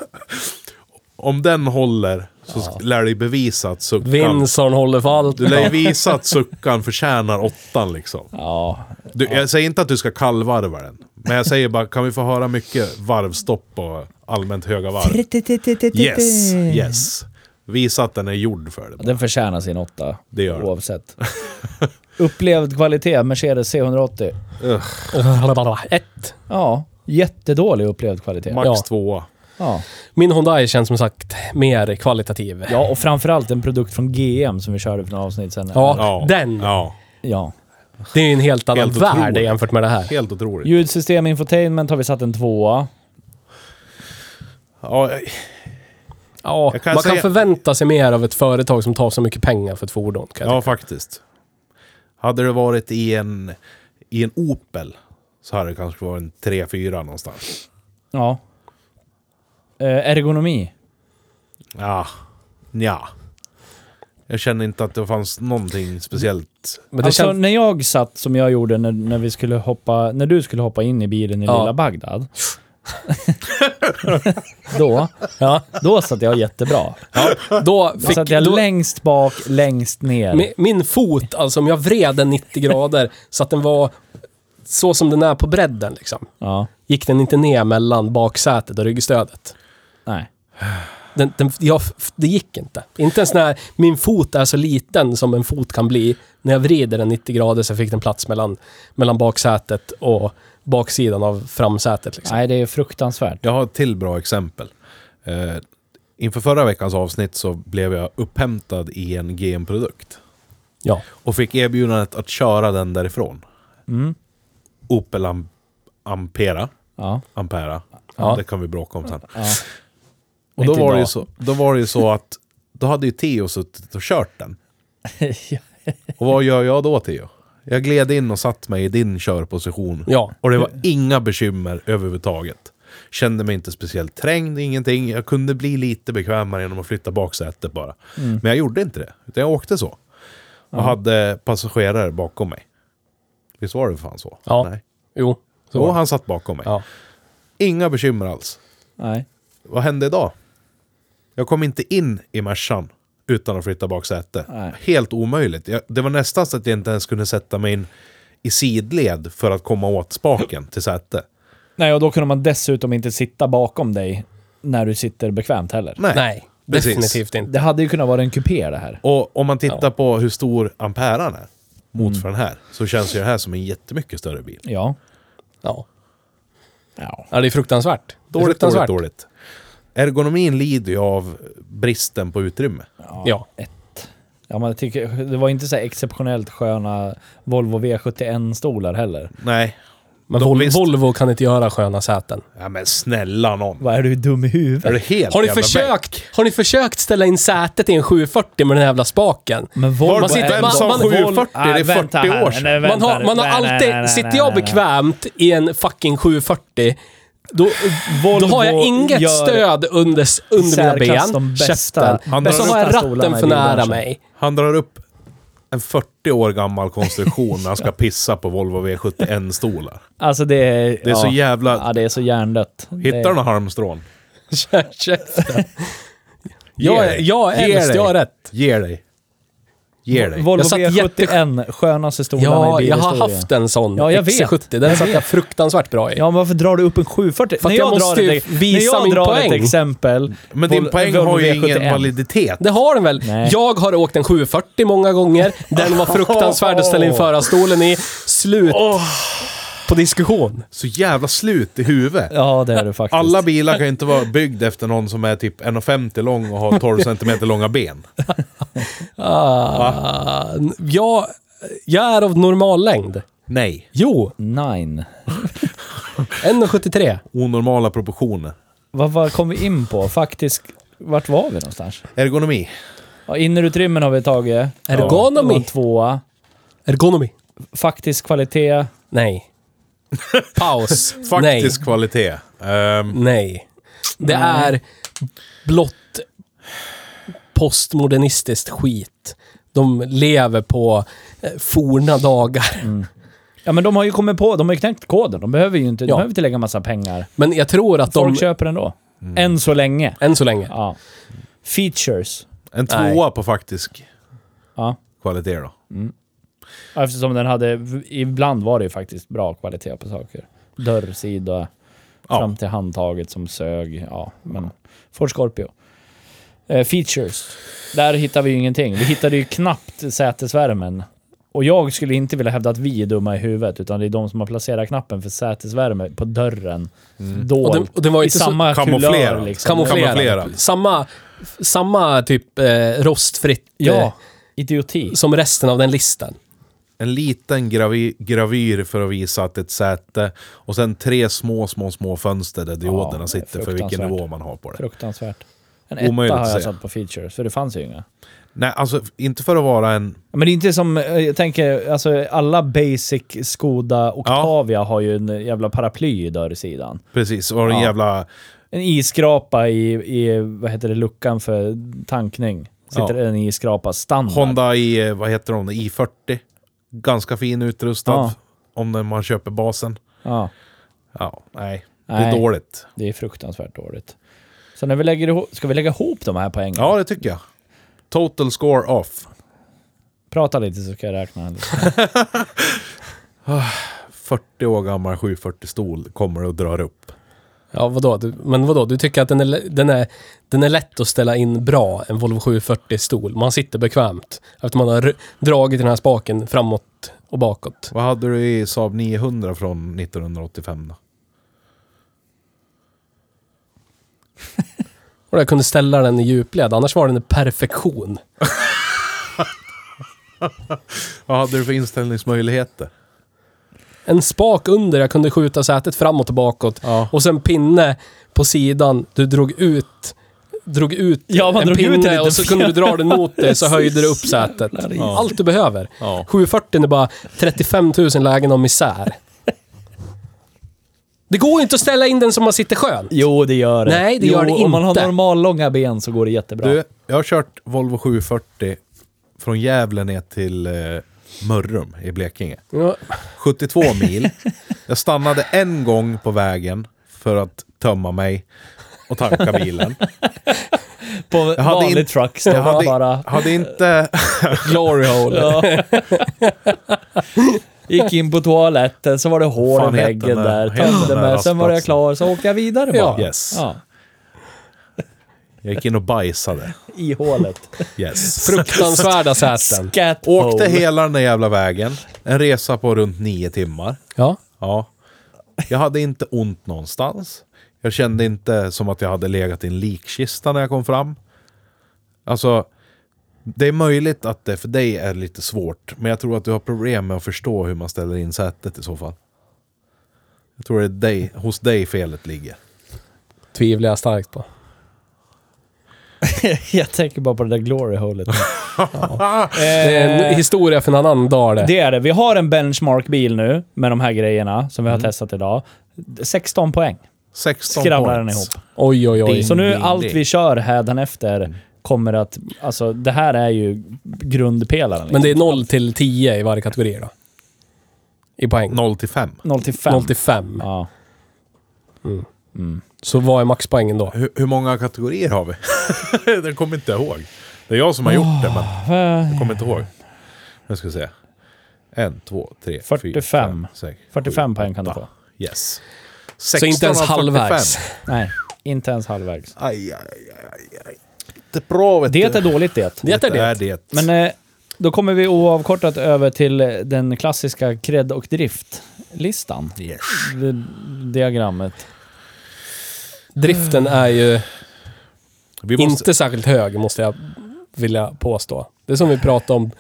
Om den håller så sk- lär det ju bevisa att suckan...
Vinson håller för allt.
Du lär ju visa att suckan förtjänar åttan liksom.
Ja,
Du, jag säger inte att du ska kallvarva den. Men jag säger bara, kan vi få höra mycket varvstopp och allmänt höga varv? Yes, yes. Visa att den är gjord för det.
Den förtjänar sin åtta.
Det gör den.
Oavsett. Upplevd kvalitet, Mercedes C180.
Ett.
Ja, jättedålig upplevd kvalitet.
Max
Ja.
tvåa.
Ja.
Min Hyundai känns som sagt mer kvalitativ. Ja,
ja, och framförallt en produkt från GM som vi körde för några avsnitt sedan.
Ja.
den.
Ja,
ja.
Det är ju en helt annan
Helt otroligt.
värld jämfört med det här.
helt otroligt.
Ljudsystem, infotainment har vi satt en tvåa.
Ja, eh,
Ja,
Jag kan
man kan
säga-
förvänta sig mer av ett företag som tar så mycket pengar för ett fordon. Kan jag
ja, faktiskt. Hade det varit i en, i en Opel så hade det kanske varit en 3-4 någonstans.
Ja. Eh, ergonomi.
Ja, ja. Jag känner inte att det fanns någonting speciellt.
tycka. Men det
alltså
känns...
när jag satt som jag gjorde när, när, vi skulle hoppa, när du skulle hoppa in i bilen i
Ja.
lilla Bagdad. då,
ja,
då satt jag jättebra.
då
Då
alltså,
fick...
satt jag
då,
Alltså, längst bak, längst ner.
mi- min fot, alltså om jag vred den 90 grader så att den var så som den är på bredden liksom.
Ja,
Gick den inte ner mellan baksätet och ryggstödet.
nej.
Den, den, jag, det gick inte. Inte ens när min fot är så liten som en fot kan bli. När jag vrider den 90 grader så fick den plats mellan, mellan baksätet och baksidan av framsätet. Liksom.
Nej, det är fruktansvärt.
Jag har ett till bra exempel. Eh, Inför förra veckans avsnitt så blev jag upphämtad i en GM-produkt.
Ja.
Och fick erbjudandet att köra den därifrån.
Mm.
Opel Am- Ampera.
Ja.
Ampera.
Ja.
Det kan vi bråka om sen.
ja.
Och då
Inte
var, det ju
idag.
så, då var det ju så att då hade ju Theo suttit och kört den.
Ja.
Och vad gör jag då Theo? Jag gled in och satt mig i din körposition.
Ja.
Och det var inga bekymmer överhuvudtaget. Kände mig inte speciellt trängd, ingenting. Jag kunde bli lite bekvämare genom att flytta baksätet bara.
Mm.
Men jag gjorde inte det, utan jag åkte så. Och hade passagerare bakom mig. Visst var det fan så?
Ja.
Nej.
Jo. Så.
Och han satt bakom mig.
Ja.
Inga bekymmer alls.
Nej.
Vad hände idag? Jag kom inte in i Mercan utan att flytta baksäte.
Nej.
Helt omöjligt. Jag, det var nästan så att jag inte ens kunde sätta mig in i sidled för att komma åt spaken till säte.
Nej, och då kunde man dessutom inte sitta bakom dig när du sitter bekvämt heller.
Nej.
Nej,
Precis.
definitivt inte.
Det hade ju kunnat vara en kupé det här.
Och om man tittar
Ja. Mm.
på hur stor amperan är mot för den här så känns ju det här som en jättemycket större bil.
Ja.
Ja.
Ja.
ja, det är fruktansvärt. Det är
Dåligt, dåligt,
fruktansvärt.
dåligt. Ergonomin lider ju av bristen på utrymme.
Ja.
Ett. Ja, man tycker, det var inte så här exceptionellt sköna Volvo V71-stolar heller.
Nej.
Men
De-
Vol-
visst.
Volvo kan inte göra sköna säten.
Ja, men snälla någon.
Vad är du dum i
Är du
huvudet?
helt
Har ni,
jävla
försökt, har ni försökt ställa in sätet i en 740 med den här jävla spaken?
Men Volvo
Man sitter-
är...
Vem
man-
sa
man-
740? Det
Nej,
är
vänta
40 år
här.
sedan.
Nej, vänta
Man har,
nu.
man har
Nej, nej,
alltid...
nej, nej,
sitter
nej,
jag
nej, nej.
bekvämt i en fucking 740, då, då
Volvo
har jag inget
gör
stöd under, s- under mina
särklass
ben,
de bästa-
käften.
bästa
Och så har jag ratten
stolarna i
för nära
bilbranschen.
mig.
Han drar upp en 40 år gammal konstruktion när han ska pissa på Volvo V71-stolar.
Alltså det är...
Det är så
ja.
jävla-
Ja, det är så hjärndött.
Hittar
det...
du några halmstrån?
Kör käften.
Ge
Jag, är-
dig.
jag är
Ge
äldst,
dig.
jag har rätt.
Ge dig. Ge dig.
Volvo
Jag satt
V71, skönaste stolarna i
Ja, jag
bilhistorien.
har haft en sån
Ja, jag vet.
XC70. Den satt jag fruktansvärt bra i.
Ja, men varför drar du upp en 740?
För att jag måste ju visa
när jag
min
drar
poäng.
ett exempel...
Men din
Vol-
poäng
Volvo
har ju ingen
V71.
validitet.
Det har den väl?
Nej.
Jag har åkt en 740 många gånger. Den var fruktansvärd att ställa in förarstolen i. Slut på diskussion.
Så jävla slut i huvudet.
Ja, det är det faktiskt.
Alla bilar kan ju inte vara byggd efter någon som är typ 1,50 lång och har 12 cm långa ben.
Ah, jag, jag är av normal längd.
Nej.
Jo,
Nine.
1,73.
Onormala proportioner.
Vad, vad kom vi in på? Faktiskt, vart var vi någonstans?
Ergonomi.
Ja, innerutrymmen har vi tagit. Det var en
Ergonomi.
tvåa.
Ergonomi.
Faktisk kvalitet.
Nej. Paus. Nej.
Faktisk kvalitet. Ehm,
Nej. Det är blott postmodernistiskt skit. De lever på eh, forna dagar.
Ja, men de har ju kommit på, de har ju knäckt koden. De behöver ju inte, de
Ja.
behöver inte lägga massa pengar.
Men jag tror att
Folk
de...
köper ändå. Än så länge.
Än så länge.
Ja. Features.
en
Nej.
tvåa på faktisk
Ja.
kvalitet då.
Ja, Eftersom den hade... Ibland var det ju faktiskt bra kvalitet på saker. Dörrsida,
Ja.
fram till handtaget som sög. Ja, men... Ford Scorpio. Eh, features. Där hittar vi ju ingenting. Vi hittade ju knappt sätesvärmen. Och jag skulle inte vilja hävda att vi är dumma i huvudet, utan det är de som har placerat knappen för sätesvärme på dörren. Dolt.
Mm. Och den- och den var ju
I
inte så
samma kulör
kamouflerad.
liksom.
Kamouflerad.
Kamouflerad.
Samma, samma typ eh, rostfritt eh,
Ja. Idioti.
som resten av den listan.
En liten gravi- gravyr för att visa att det är ett säte. Och sen tre små, små, små fönster där dioderna
det är
sitter för vilken
fruktansvärt.
nivå man har på det.
Fruktansvärt. En etta
Omöjligt att
har jag
säga.
satt på features, för det fanns ju inga.
Nej, alltså inte för att vara en...
Ja, Men det är inte som, eh, jag tänker, alltså alla basic Skoda Octavia har ju en jävla paraply i dörrsidan.
Precis, var en
Ja.
jävla...
En iskrapa i, i, vad heter det, luckan för tankning. Sitter
Ja.
en iskrapa standard.
Honda i, eh, vad heter de, i40. Ganska fin utrustad.
Ja.
Om den- man köper basen.
Ja,
Ja, nej. Det är
Nej.
dåligt.
det är fruktansvärt dåligt. Så när vi lägger ihop, ska vi lägga ihop de här poängen?
Ja, det tycker jag. Total score off.
Prata lite så ska jag räkna.
40 år gammal 740-stol kommer och drar upp.
Ja, vadå? Du, men vadå? Du tycker att den är, lä- den, är, den är lätt att ställa in bra, en Volvo 740-stol. Man sitter bekvämt. Efter man har r- dragit den här spaken framåt och bakåt.
Vad hade du i Saab 900 från 1985 då?
Och jag kunde ställa den i djupled, annars var den i perfektion.
Vad hade du för inställningsmöjligheter?
En spak under, jag kunde skjuta sätet framåt och bakåt.
Ja.
Och sen pinne på sidan, du drog ut, drog ut
Ja, man
en
drog ut en
pinne
liten
och så kunde du dra den mot dig så höjde du upp sätet.
Ja.
Allt du behöver.
Ja.
740 är bara 35 000 lägen av misär. Det går ju inte att ställa in den som man sitter skön.
Jo, det gör det.
Nej, det
jo,
gör det
Om man har
inte.
normallånga ben så går det jättebra.
Du, jag har kört Volvo 740 från Gävle ner till eh, Mörrum i Blekinge.
Ja.
72 mil. Jag stannade en gång på vägen för att tömma mig och tanka bilen.
På
Jag hade
vanlig
in-
truck står
Jag
man
hade,
bara...
hade inte...
Glory hole.
Ja. Gick in på toaletten, så var det hål
Fan,
i
heter
väggen
den
där.
där- heter den
Tömde
där
mig, sen var jag
rastplatsen?
klar, så åkte jag vidare
Ja.
bara.
Yes.
Ja,
Jag gick in och bajsade.
I hålet.
Yes.
Fruktansvärda säten.
Scat
Åkte
hole.
hela den där jävla vägen. En resa på runt nio timmar.
Ja.
Ja. Jag hade inte ont någonstans. Jag kände inte som att jag hade legat i en likkista när jag kom fram. Alltså, det är möjligt att det för dig är lite svårt, men jag tror att du har problem med att förstå hur man ställer in sätet i så fall. Jag tror det är dig, hos dig felet ligger.
Tvivlar jag starkt på.
Eh. Jag tänker bara på det där glory holet.
Det är en historia för en annan dag det.
Det är det. Vi har en benchmark-bil nu med de här grejerna som vi har testat idag. 16 poäng
16
skramlar den
points.
ihop.
Oj, oj, oj.
Så nu
Ding, ding,
allt
ding.
vi kör hädanefter kommer att... Alltså det här är ju grundpelaren. Liksom.
Men det är 0 till 10 i varje kategori då? I poäng?
0 till 5.
0 liksom. till 5.
0 till 5.
Ja.
Så vad är maxpoängen då?
Hur, hur många kategorier har vi? det kommer inte jag ihåg. Det är jag som har gjort det, men
Ah,
jag kommer inte ihåg. Nu ska vi se. En, två, tre,
45.
fyra, fem, sex,
45
sju,
poäng kan du
åtta.
få.
Yes.
Så
16
inte ens
av 45.
halvvägs.
Nej, inte ens halvvägs.
Aj, aj, aj, aj, aj. Det är bra, vet
Det
du.
är dåligt det.
Det är det.
är det.
Men eh, då kommer vi oavkortat över till eh, den klassiska cred och drift-listan.
Yes.
Det- Diagrammet.
Driften är ju
Mm. Vi måste...
inte särskilt hög, måste jag vilja påstå. Det är som vi pratade om,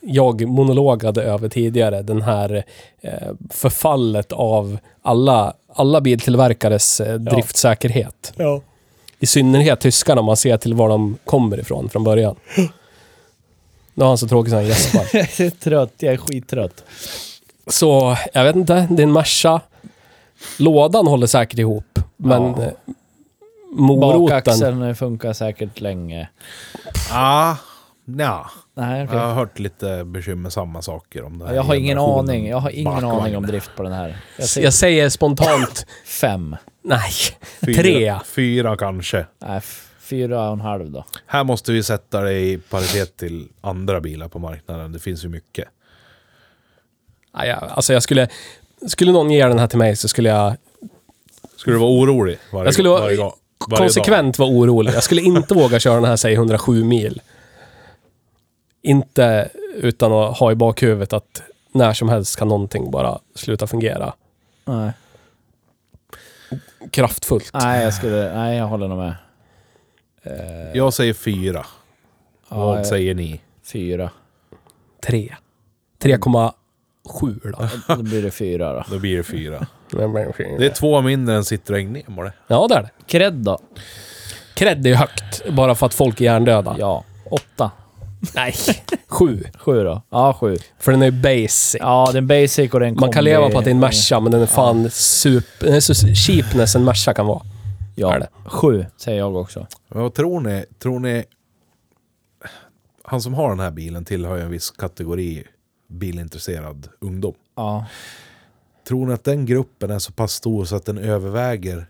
jag monologade över tidigare, den här eh, förfallet av alla, alla biltillverkares eh,
Ja.
driftsäkerhet.
Ja.
I synnerhet tyskarna, om man ser till var de kommer ifrån från början. Nu har han så tråkigt så han gäspar.
Jag är trött, jag är skittrött.
Så jag vet inte, det är en Merca. Lådan håller säkert ihop, men
Ja.
eh, moroten...
Bakaxeln funkar säkert länge.
Ah, nja.
Nej, okej.
Jag har hört lite bekymmersamma saker om det här.
jag har ingen
generationen
aning. Jag har ingen
bakvagn.
aning om drift på den här. Jag säger
Jag säger spontant,
fem.
nej.
Fyra-
Tre.
Fyra kanske.
Nej, f- fyra och en halv då.
Här måste vi sätta det i paritet till andra bilar på marknaden. Det finns ju mycket.
Nej, jag- Alltså jag skulle... Skulle någon ge den här till mig så skulle jag
Skulle du vara orolig varje,
Jag skulle vara
varje, gång- varje
konsekvent vara orolig. Jag skulle inte våga köra den här, säg 107 mil. Inte utan att ha i bakhuvudet att när som helst kan någonting bara sluta fungera
Nej,
kraftfullt.
nej, jag, skulle, nej jag håller nog med.
dag? Jag säger fyra. Vad
jag-
säger ni?
Fyra.
Tre. 3,7 då.
Då blir det fyra då.
Då blir det fyra. Det är två mindre än Citroën Nemo det.
Ja, det är det.
Cred då?
Cred är ju högt, bara för att folk är hjärndöda.
Ja. Åtta.
Nej. Sju.
Sju då? Ja, sju.
För den är ju basic.
Ja, den basic och den
Man
kombi-
kan leva på att det är en Merca, men den är fan super... Den är så cheapness en Merca kan vara. är
Ja,
det.
sju säger jag också.
Men vad tror ni? Tror ni... Han som har den här bilen tillhör ju en viss kategori bilintresserad ungdom.
Ja.
Tror ni att den gruppen är så pass stor så att den överväger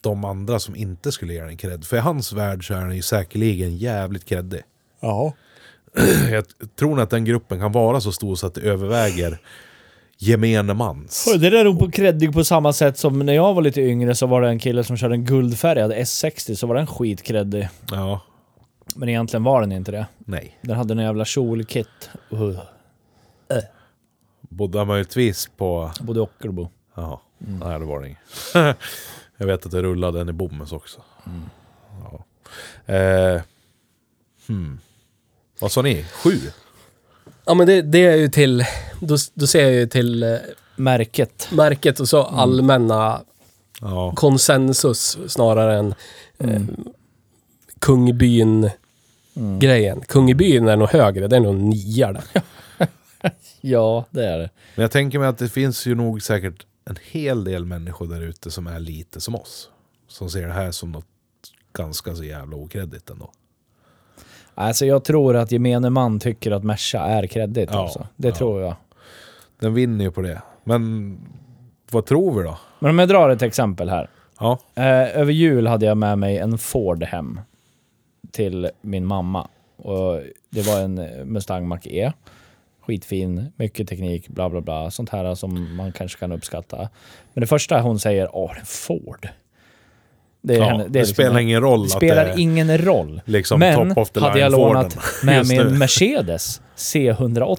de andra som inte skulle ge den cred? För i hans värld så är den ju säkerligen jävligt creddig.
Ja.
Jag tror ni att den gruppen kan vara så stor så att det överväger gemene mans?
Det där är nog på creddig på samma sätt som när jag var lite yngre så var det en kille som körde en guldfärgad S60 så var den skitcreddig.
Ja,
Men egentligen var den inte det.
nej.
Den hade en jävla kjolkit. Uh.
Bodde möjligtvis på...
Bodde i Ockelbo.
Jaha, nej det var det inget. jag vet att det rullade en i Bommes också. Ja. Eh, hmm. Vad sa ni? Sju?
Ja, men det, det är ju till... Då, då ser jag ju till eh,
Märket.
märket och
Mm.
så allmänna
Ja.
konsensus snarare än eh,
Mm.
kungbyn-grejen. Kungbyn är nog högre, det är nog nia där.
Ja, det är det.
Men jag tänker mig att det finns ju nog säkert en hel del människor där ute som är lite som oss. Som ser det här som något ganska så jävla okreddigt ändå.
Alltså jag tror att gemene man tycker att Merca är kreddigt
Ja,
alltså. Det
ja.
tror jag.
Den vinner ju på det. Men vad tror vi då?
Men om jag drar ett exempel här.
Ja.
Eh, över jul hade jag med mig en Ford hem till min mamma. Och det var en Mustang Mach-E. Skitfin, mycket teknik, bla bla bla. Sånt här som man kanske kan uppskatta. Men det första hon säger, åh, det är en Ford. Det, är
ja
henne-
det,
är liksom-
spelar ingen roll
det
att
spelar
det är
ingen roll.
liksom
Men
top of the
hade jag
line-Forden
lånat med
just
mig
nu.
en Mercedes C180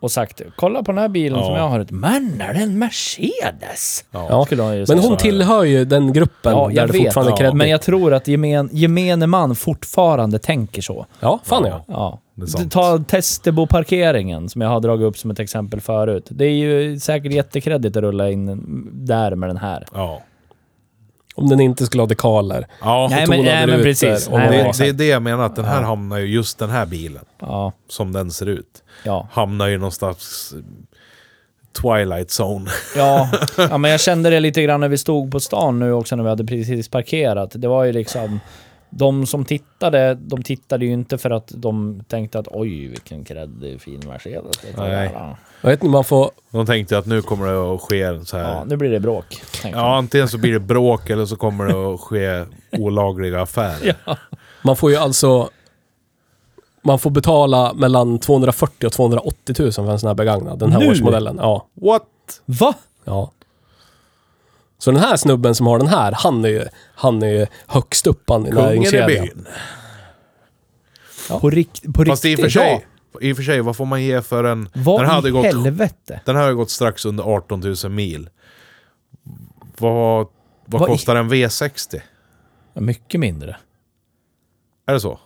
och sagt kolla på den här bilen
Ja.
som jag har. Men är det en Mercedes?
Ja.
Skulle hon ju
Men
säga.
hon tillhör ju den gruppen
Ja,
där
jag
det
vet.
fortfarande är
Ja.
kreddigt.
Men jag tror att gemen, gemene man fortfarande tänker så.
Ja, fan ja.
Ja.
Det är sant.
Ta Testebo-parkeringen som jag har dragit upp som ett exempel förut. Det är ju säkert jättekreddigt att rulla in där med den här.
Ja.
Om den inte skulle ha dekaler.
ja.
Nej, men-
tonade
nej, men
rutor
precis.
och-
Nej, men
det,
exakt.
det är det jag menar, att den här hamnar ju, just den här bilen,
Ja,
som den ser ut,
ja.
hamnar ju någonstans Twilight Zone.
Ja, ja, men jag kände det lite grann när vi stod på stan nu också när vi hade precis parkerat. Det var ju liksom... De som tittade, de tittade ju inte för att de tänkte att oj vilken kreddig fin Mercedes. Det tar
Nej.
jag.
Jag vet inte om man får...
De tänkte att nu kommer det att ske en så här...
Ja, nu blir det bråk. tänkte
Ja, antingen så blir det bråk eller så kommer det att ske olagliga affärer.
Man får ju alltså... Man får betala mellan 240 och 280 000 för en sån här begagnad. Den här
Nu?
årsmodellen. Ja.
What?
jag. Va?
ja. Så den här snubben som har den här, han är ju, han är ju högst upp han i
Kungen i
näringskedjan.
byn.
På, rikt, på
Fast i
riktigt?
och för sig, i och för sig, vad får man ge för en...
Ja. Vad
den hade
i
gått,
helvete?
Den här har ju gått strax under 18 000 mil. Vad, vad,
Vad i-
kostar en V60?
Ja, Mycket mindre.
Är det så?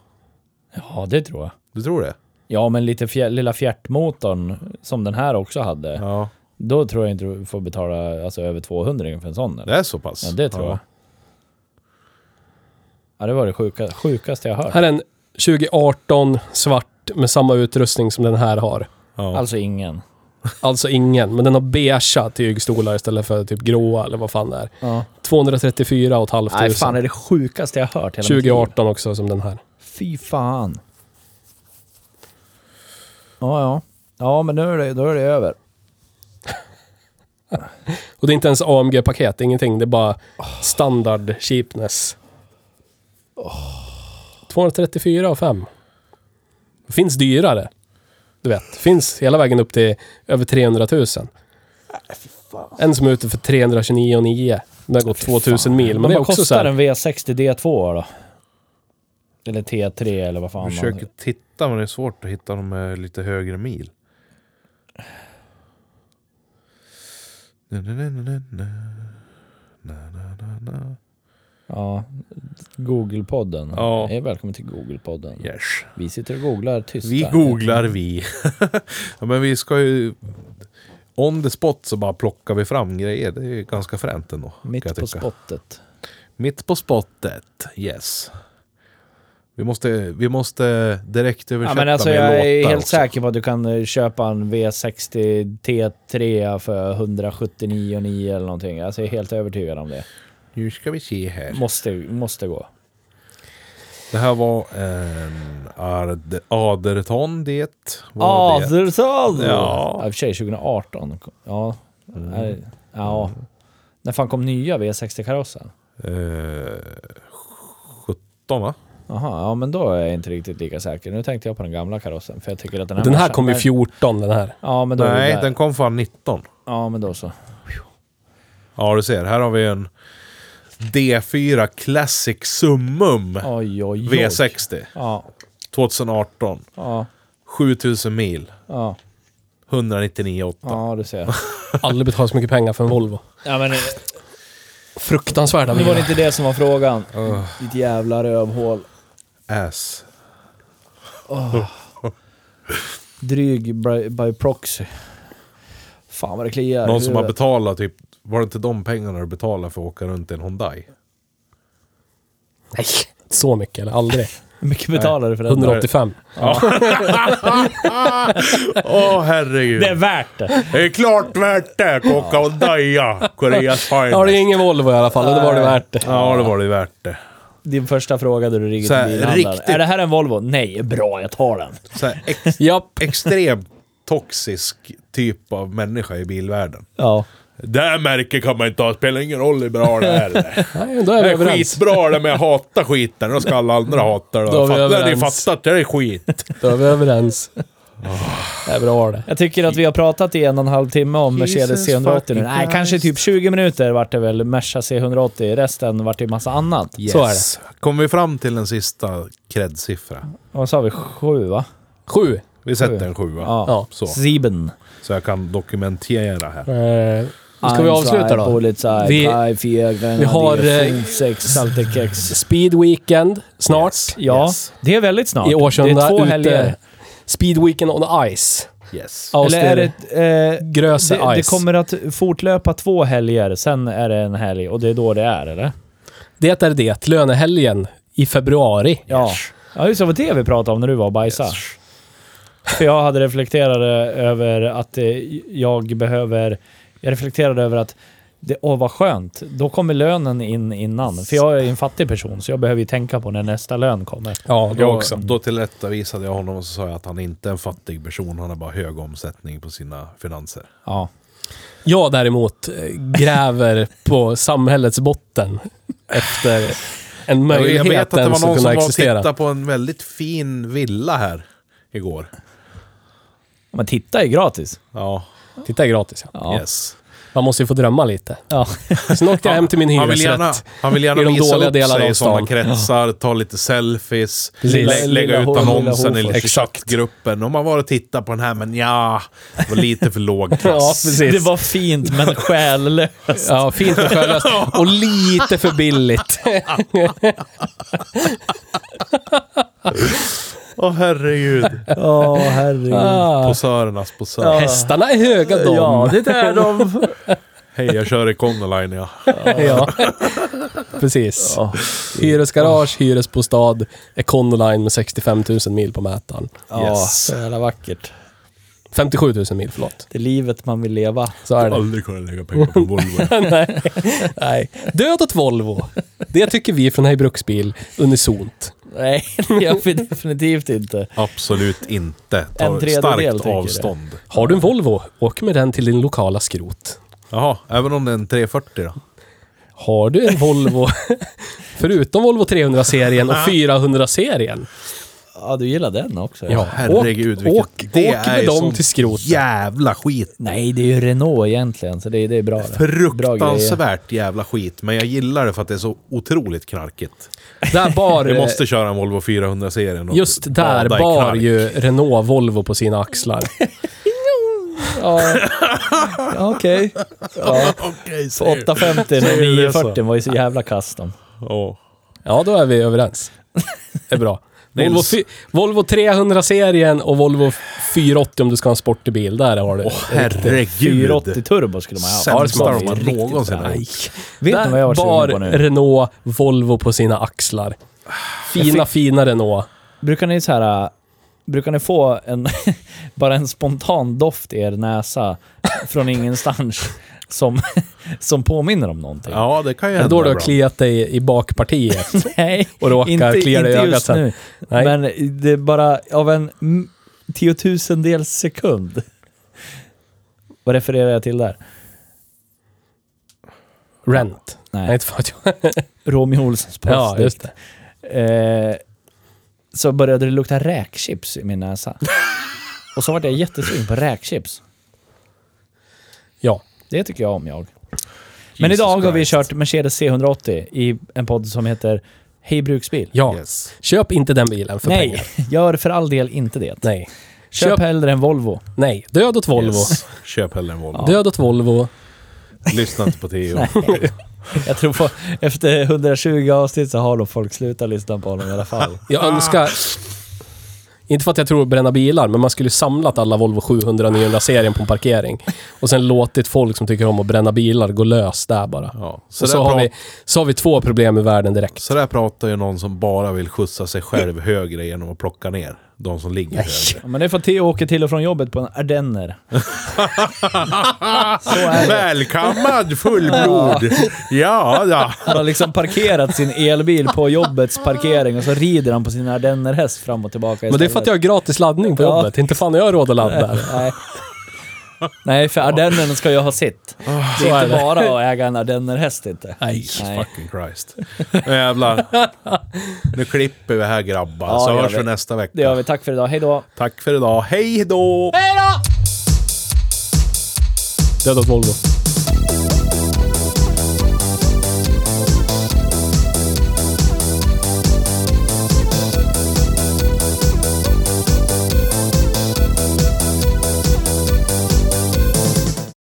Ja, det tror jag.
Du tror det?
Ja, men lite fjär, lilla fjärtmotorn som den här också hade.
Ja.
Då tror jag inte du får betala alltså, över 200 för en sån. Eller?
Det är så pass?
Ja, det tror jag. Ja, det var det sjuka, sjukaste jag hört.
Här är en 2018 svart med samma utrustning som den här har.
Ja.
Alltså ingen.
Alltså ingen, men den har beigea tygstolar istället för typ gråa eller vad fan det är.
Ja.
234 och ett halvt
Nej, fan
tusen.
är det sjukaste jag hört hela mitt liv.
2018 också som den här.
Fy fan. Ja, ja. Ja, men nu är det, då är det över.
Och det är inte ens AMG-paket, ingenting. Det är bara standard cheapness. 234 och 5. Det finns dyrare. Du vet, Det finns hela vägen upp till över 300 000. En som är ute för 329 och 9. Den har gått 2000 mil. Men
Men
bara
vad
också
kostar
så här,
en V60 D2 då? Eller T3 eller vad fan
Jag
man...
försöker titta, men det är svårt att hitta de med lite högre mil. Na, na, na, na, na. Na, na, na, na.
Ja. Google-podden.
Ja.
Hej, välkommen till Google-podden.
Yes.
Vi sitter och googlar tysta.
Vi googlar vi. ja, men vi ska ju... On the spot så bara plockar vi fram grejer. Det är ju ganska fränt ändå. kan jag
Mitt på
tycka.
spottet.
Mitt på spottet. Yes. Vi måste, vi måste direkt
Ja,
översätta
men alltså,
med
jag
låtar
är helt
också.
säker på att du kan eh, köpa en V60 T3 för 179,9 eller någonting. Alltså, jag är helt övertygad om det.
Nu ska vi se här.
Måste, måste gå.
Det här var en Ard- Aderton det. Var det.
Adelsohn!
Ja. Mm.
I och för sig 2018. Ja. Nej, ja. När fan kom nya V60-karossen?
Eh, 17 va?
Jaha, ja men då är jag inte riktigt lika säker. Nu tänkte jag på den gamla karossen, för jag tycker att den här...
den här
morsan-
kom ju 14, den här.
Ja, men då... är vi
Nej,
där.
den kom fan 19.
Ja, men då så.
Ja, du ser. Här har vi en D4 Classic Summum
Oj, oj, oj.
V60.
Ja,
2018.
ja,
7000 mil.
ja.
199 800.
Ja, du ser.
Aldrig betalat så mycket pengar för en Volvo.
Ja, men...
Fruktansvärda
Det var
bilar.
inte det som var frågan. Ditt jävla rövhål.
Ass.
Dryg by, by proxy. Fan vad det kliar i
Någon som har
huvudet.
betalat typ... Var det inte de pengarna du betalade för att åka runt i en Hyundai?
Nej, inte så mycket eller aldrig.
Hur mycket betalar du för den?
185.
Åh herregud.
Det är värt det!
Det är klart värt det! Kocka och daja! Koreas
Ja, det är
finest.
ingen Volvo i alla fall och det var det värt det.
Ja, det var det värt det.
Din första fråga då du ringer
Så här,
till bilhandlaren.
riktigt-
Är det här en Volvo? Nej, bra, jag tar den.
Så här, ex
Japp.
extremt toxisk typ av människa i bilvärlden.
Ja.
Det här märket kan man inte ha, spelar ingen roll hur bra det är.
Nej, då är
Det
vi
är
överens.
skitbra det men jag hatar skiten, då ska alla andra hata det. Då
Då är vi
fattar ni
överens.
fattar att det är skit.
Då är vi överens.
Ah.
Det är bra det.
Jag tycker att vi har pratat i en och en halv timme om
Jesus
Mercedes C180 nu.
fucking
Nej,
Christ.
kanske typ 20 minuter vart det väl Merca C180. Resten vart det ju massa annat.
Så är det.
Kommer vi fram till en sista cred-siffra?
Vad sa vi? Sju, va?
Sju.
Vi sätter en sjua.
Ja.
Ja.
Så,
Sieben.
så jag kan dokumentera här.
Eh, nu ska vi avsluta då?
Polizei,
Vi-
Kai, Fieg,
vi har, eh,
Sex, Saltekex.
Speed Weekend snart.
Ja,
Yes.
det är väldigt snart.
I Årsunda.
det är två
ute.
helger.
Speed Weekend on Ice.
Yes.
Eller är det... Eh,
Gröse
det, det
Ice.
kommer att fortlöpa två helger, sen är det en helg och det är då det är, eller?
Det är det. Lönehelgen i februari.
Ja. Ja, just det. var det vi pratade om när du var och bajsade. För jag hade reflekterat över att eh, jag behöver... Jag reflekterade över att det, åh vad skönt, då kommer lönen in innan. För jag är ju en fattig person, så jag behöver ju tänka på när nästa lön kommer.
Ja,
Jag också. Då tillrättavisade jag honom och så sa jag att han inte är en fattig person, han har bara hög omsättning på sina finanser.
Ja.
Jag däremot eh, gräver på samhällets botten efter en möjlighet
jag vet att det
ens
var någon som
kunna
var och
existera.
tittade på en väldigt fin villa här igår.
Men titta är gratis.
Ja,
Titta är gratis ja.
Ja.
yes.
Man måste ju få drömma lite.
Ja.
Sen åkte jag hem till min
Han vill
hyresrätt.
gärna, han vill
I
gärna
de
visa
dåliga
upp
delarna
sig
av
i sådana
stan.
kretsar, ta lite selfies,
Lilla-
lä
lilla
lägga ut
Ho-
annonsen
lilla
i
Hofors.
chattgruppen. Om man var och tittade på den här, men ja, det var lite för låg
Ja,
klass.
precis.
Det var fint men själlöst.
Ja, fint och skönlöst. Och lite för billigt.
Åh herregud.
Åh herregud.
Ah.
Posörernas posör.
Hästarna är höga de.
Ja, det är de.
Hej, jag kör Econoline ja.
Ja. Precis. Hyresgarage, hyresbostad, Econoline med 65 000 mil på mätaren.
Ja,
Yes.
så jävla vackert.
57 000 mil, förlåt.
Det är livet man vill leva.
Så är
Jag har
det.
aldrig kunnat lägga pengar på Volvo.
Nej. Nej. Död åt Volvo. Det tycker vi från Hej Bruksbil unisont.
Nej, det gör vi definitivt inte.
Absolut inte.
En
Tar
tredjedel
starkt
tycker det.
avstånd.
Har du en Volvo, åk med den till din lokala skrot.
Jaha, även om det är en 340 då?
Har du en Volvo, förutom Volvo 300-serien och 400-serien,
Ja, du gillar den också.
Ja.
Herregud,
åk-
vilket...
åk- åk med
ju
dem
sån
till skroten.
jävla skit.
Nej, det är ju Renault egentligen, så det, det är bra. det. Bra grejer.
Fruktansvärt jävla skit, men jag gillar det för att det är så otroligt knarkigt.
där bar...
Jag måste köra en Volvo 400-serien och
Just där
bada i
bar
knark.
ju Renault Volvo på sina axlar.
Ja, Ja, okej. Ja.
Okej,
På
säg.
850
Säger
med
du det
940 var ju så jävla kass de.
Ja.
Ja, då är vi överens. Det är bra.
Nils.
Volvo, fy- Volvo 300-serien och Volvo 480 om du ska ha en sportig bil. Där har du.
Åh herregud.
480 turbo skulle man ha.
Sämsta
Ja, det
de
var
har
riktigt
någonsin
bra.
haft.
Vet ni vad jag var
Där bar
sugen på nu?
Renault Volvo på sina axlar. Fina, fina Renault.
Brukar ni så här... äh, Brukar ni få en, bara en spontan doft i er näsa från ingenstans som, som påminner om någonting?
Ja, det kan ju
Det är
hända.
då du har
bra.
kliat dig i bakpartiet.
Nej,
Och råkar
inte,
klia
inte
dig i ögat
just
sen.
nu.
Nej.
Men det är bara av en m- tiotusendels sekund. Vad refererar jag till där?
Rent.
Nej.
Nej, inte för att jag...
Romeo Olssons
Ja, just
postdikt. Eh, så började det lukta räkchips i min näsa. Och så var jag jättesugen på räkchips.
Ja.
Det tycker jag om jag. Men idag har vi kört Mercedes C180 i en podd som heter Hej Bruksbil.
ja.
Yes.
Köp inte den bilen för
Nej,
pengar.
gör för all del inte det.
Nej.
Köp,
Köp-
hellre en Volvo.
Nej. Död åt Volvo.
Yes. Köp hellre en Volvo.
Död åt Volvo.
Lyssna inte på Theo.
Jag tror på, efter 120 avsnitt så har nog folk slutat lyssna på honom i alla fall.
Jag önskar... Inte för att jag tror att bränna bilar, men man skulle ju samlat alla Volvo 700-900-serien på en parkering. Och sen låtit folk som tycker om att bränna bilar gå lös där bara.
Ja.
Så, och så, har vi, så har vi två problem i världen direkt.
Så där pratar ju någon som bara vill skjutsa sig själv högre genom att plocka ner de som ligger högre.
Ja, men det är för att Theo åker till och från jobbet på en ardenner. Så är det.
Välkammad fullblod! Ja, ja.
Han har liksom parkerat sin elbil på jobbets parkering och så rider han på sin ardennerhäst fram och tillbaka
Men det är för att jag har gratis laddning på
Ja.
jobbet. Inte fan har jag råd att ladda.
Nej. Nej, för ardennerna ska ju ha sitt.
Ah,
Det är inte bara att äga en ardennerhäst inte.
Nej.
Nej.
Fucking Christ. Nu jävlar. Nu klipper vi här grabbar,
Ja,
så
det gör
hörs vi
vi.
nästa vecka.
Det gör vi. Tack för idag. Hej då.
Tack för idag. Hej då!
Dödat Volvo.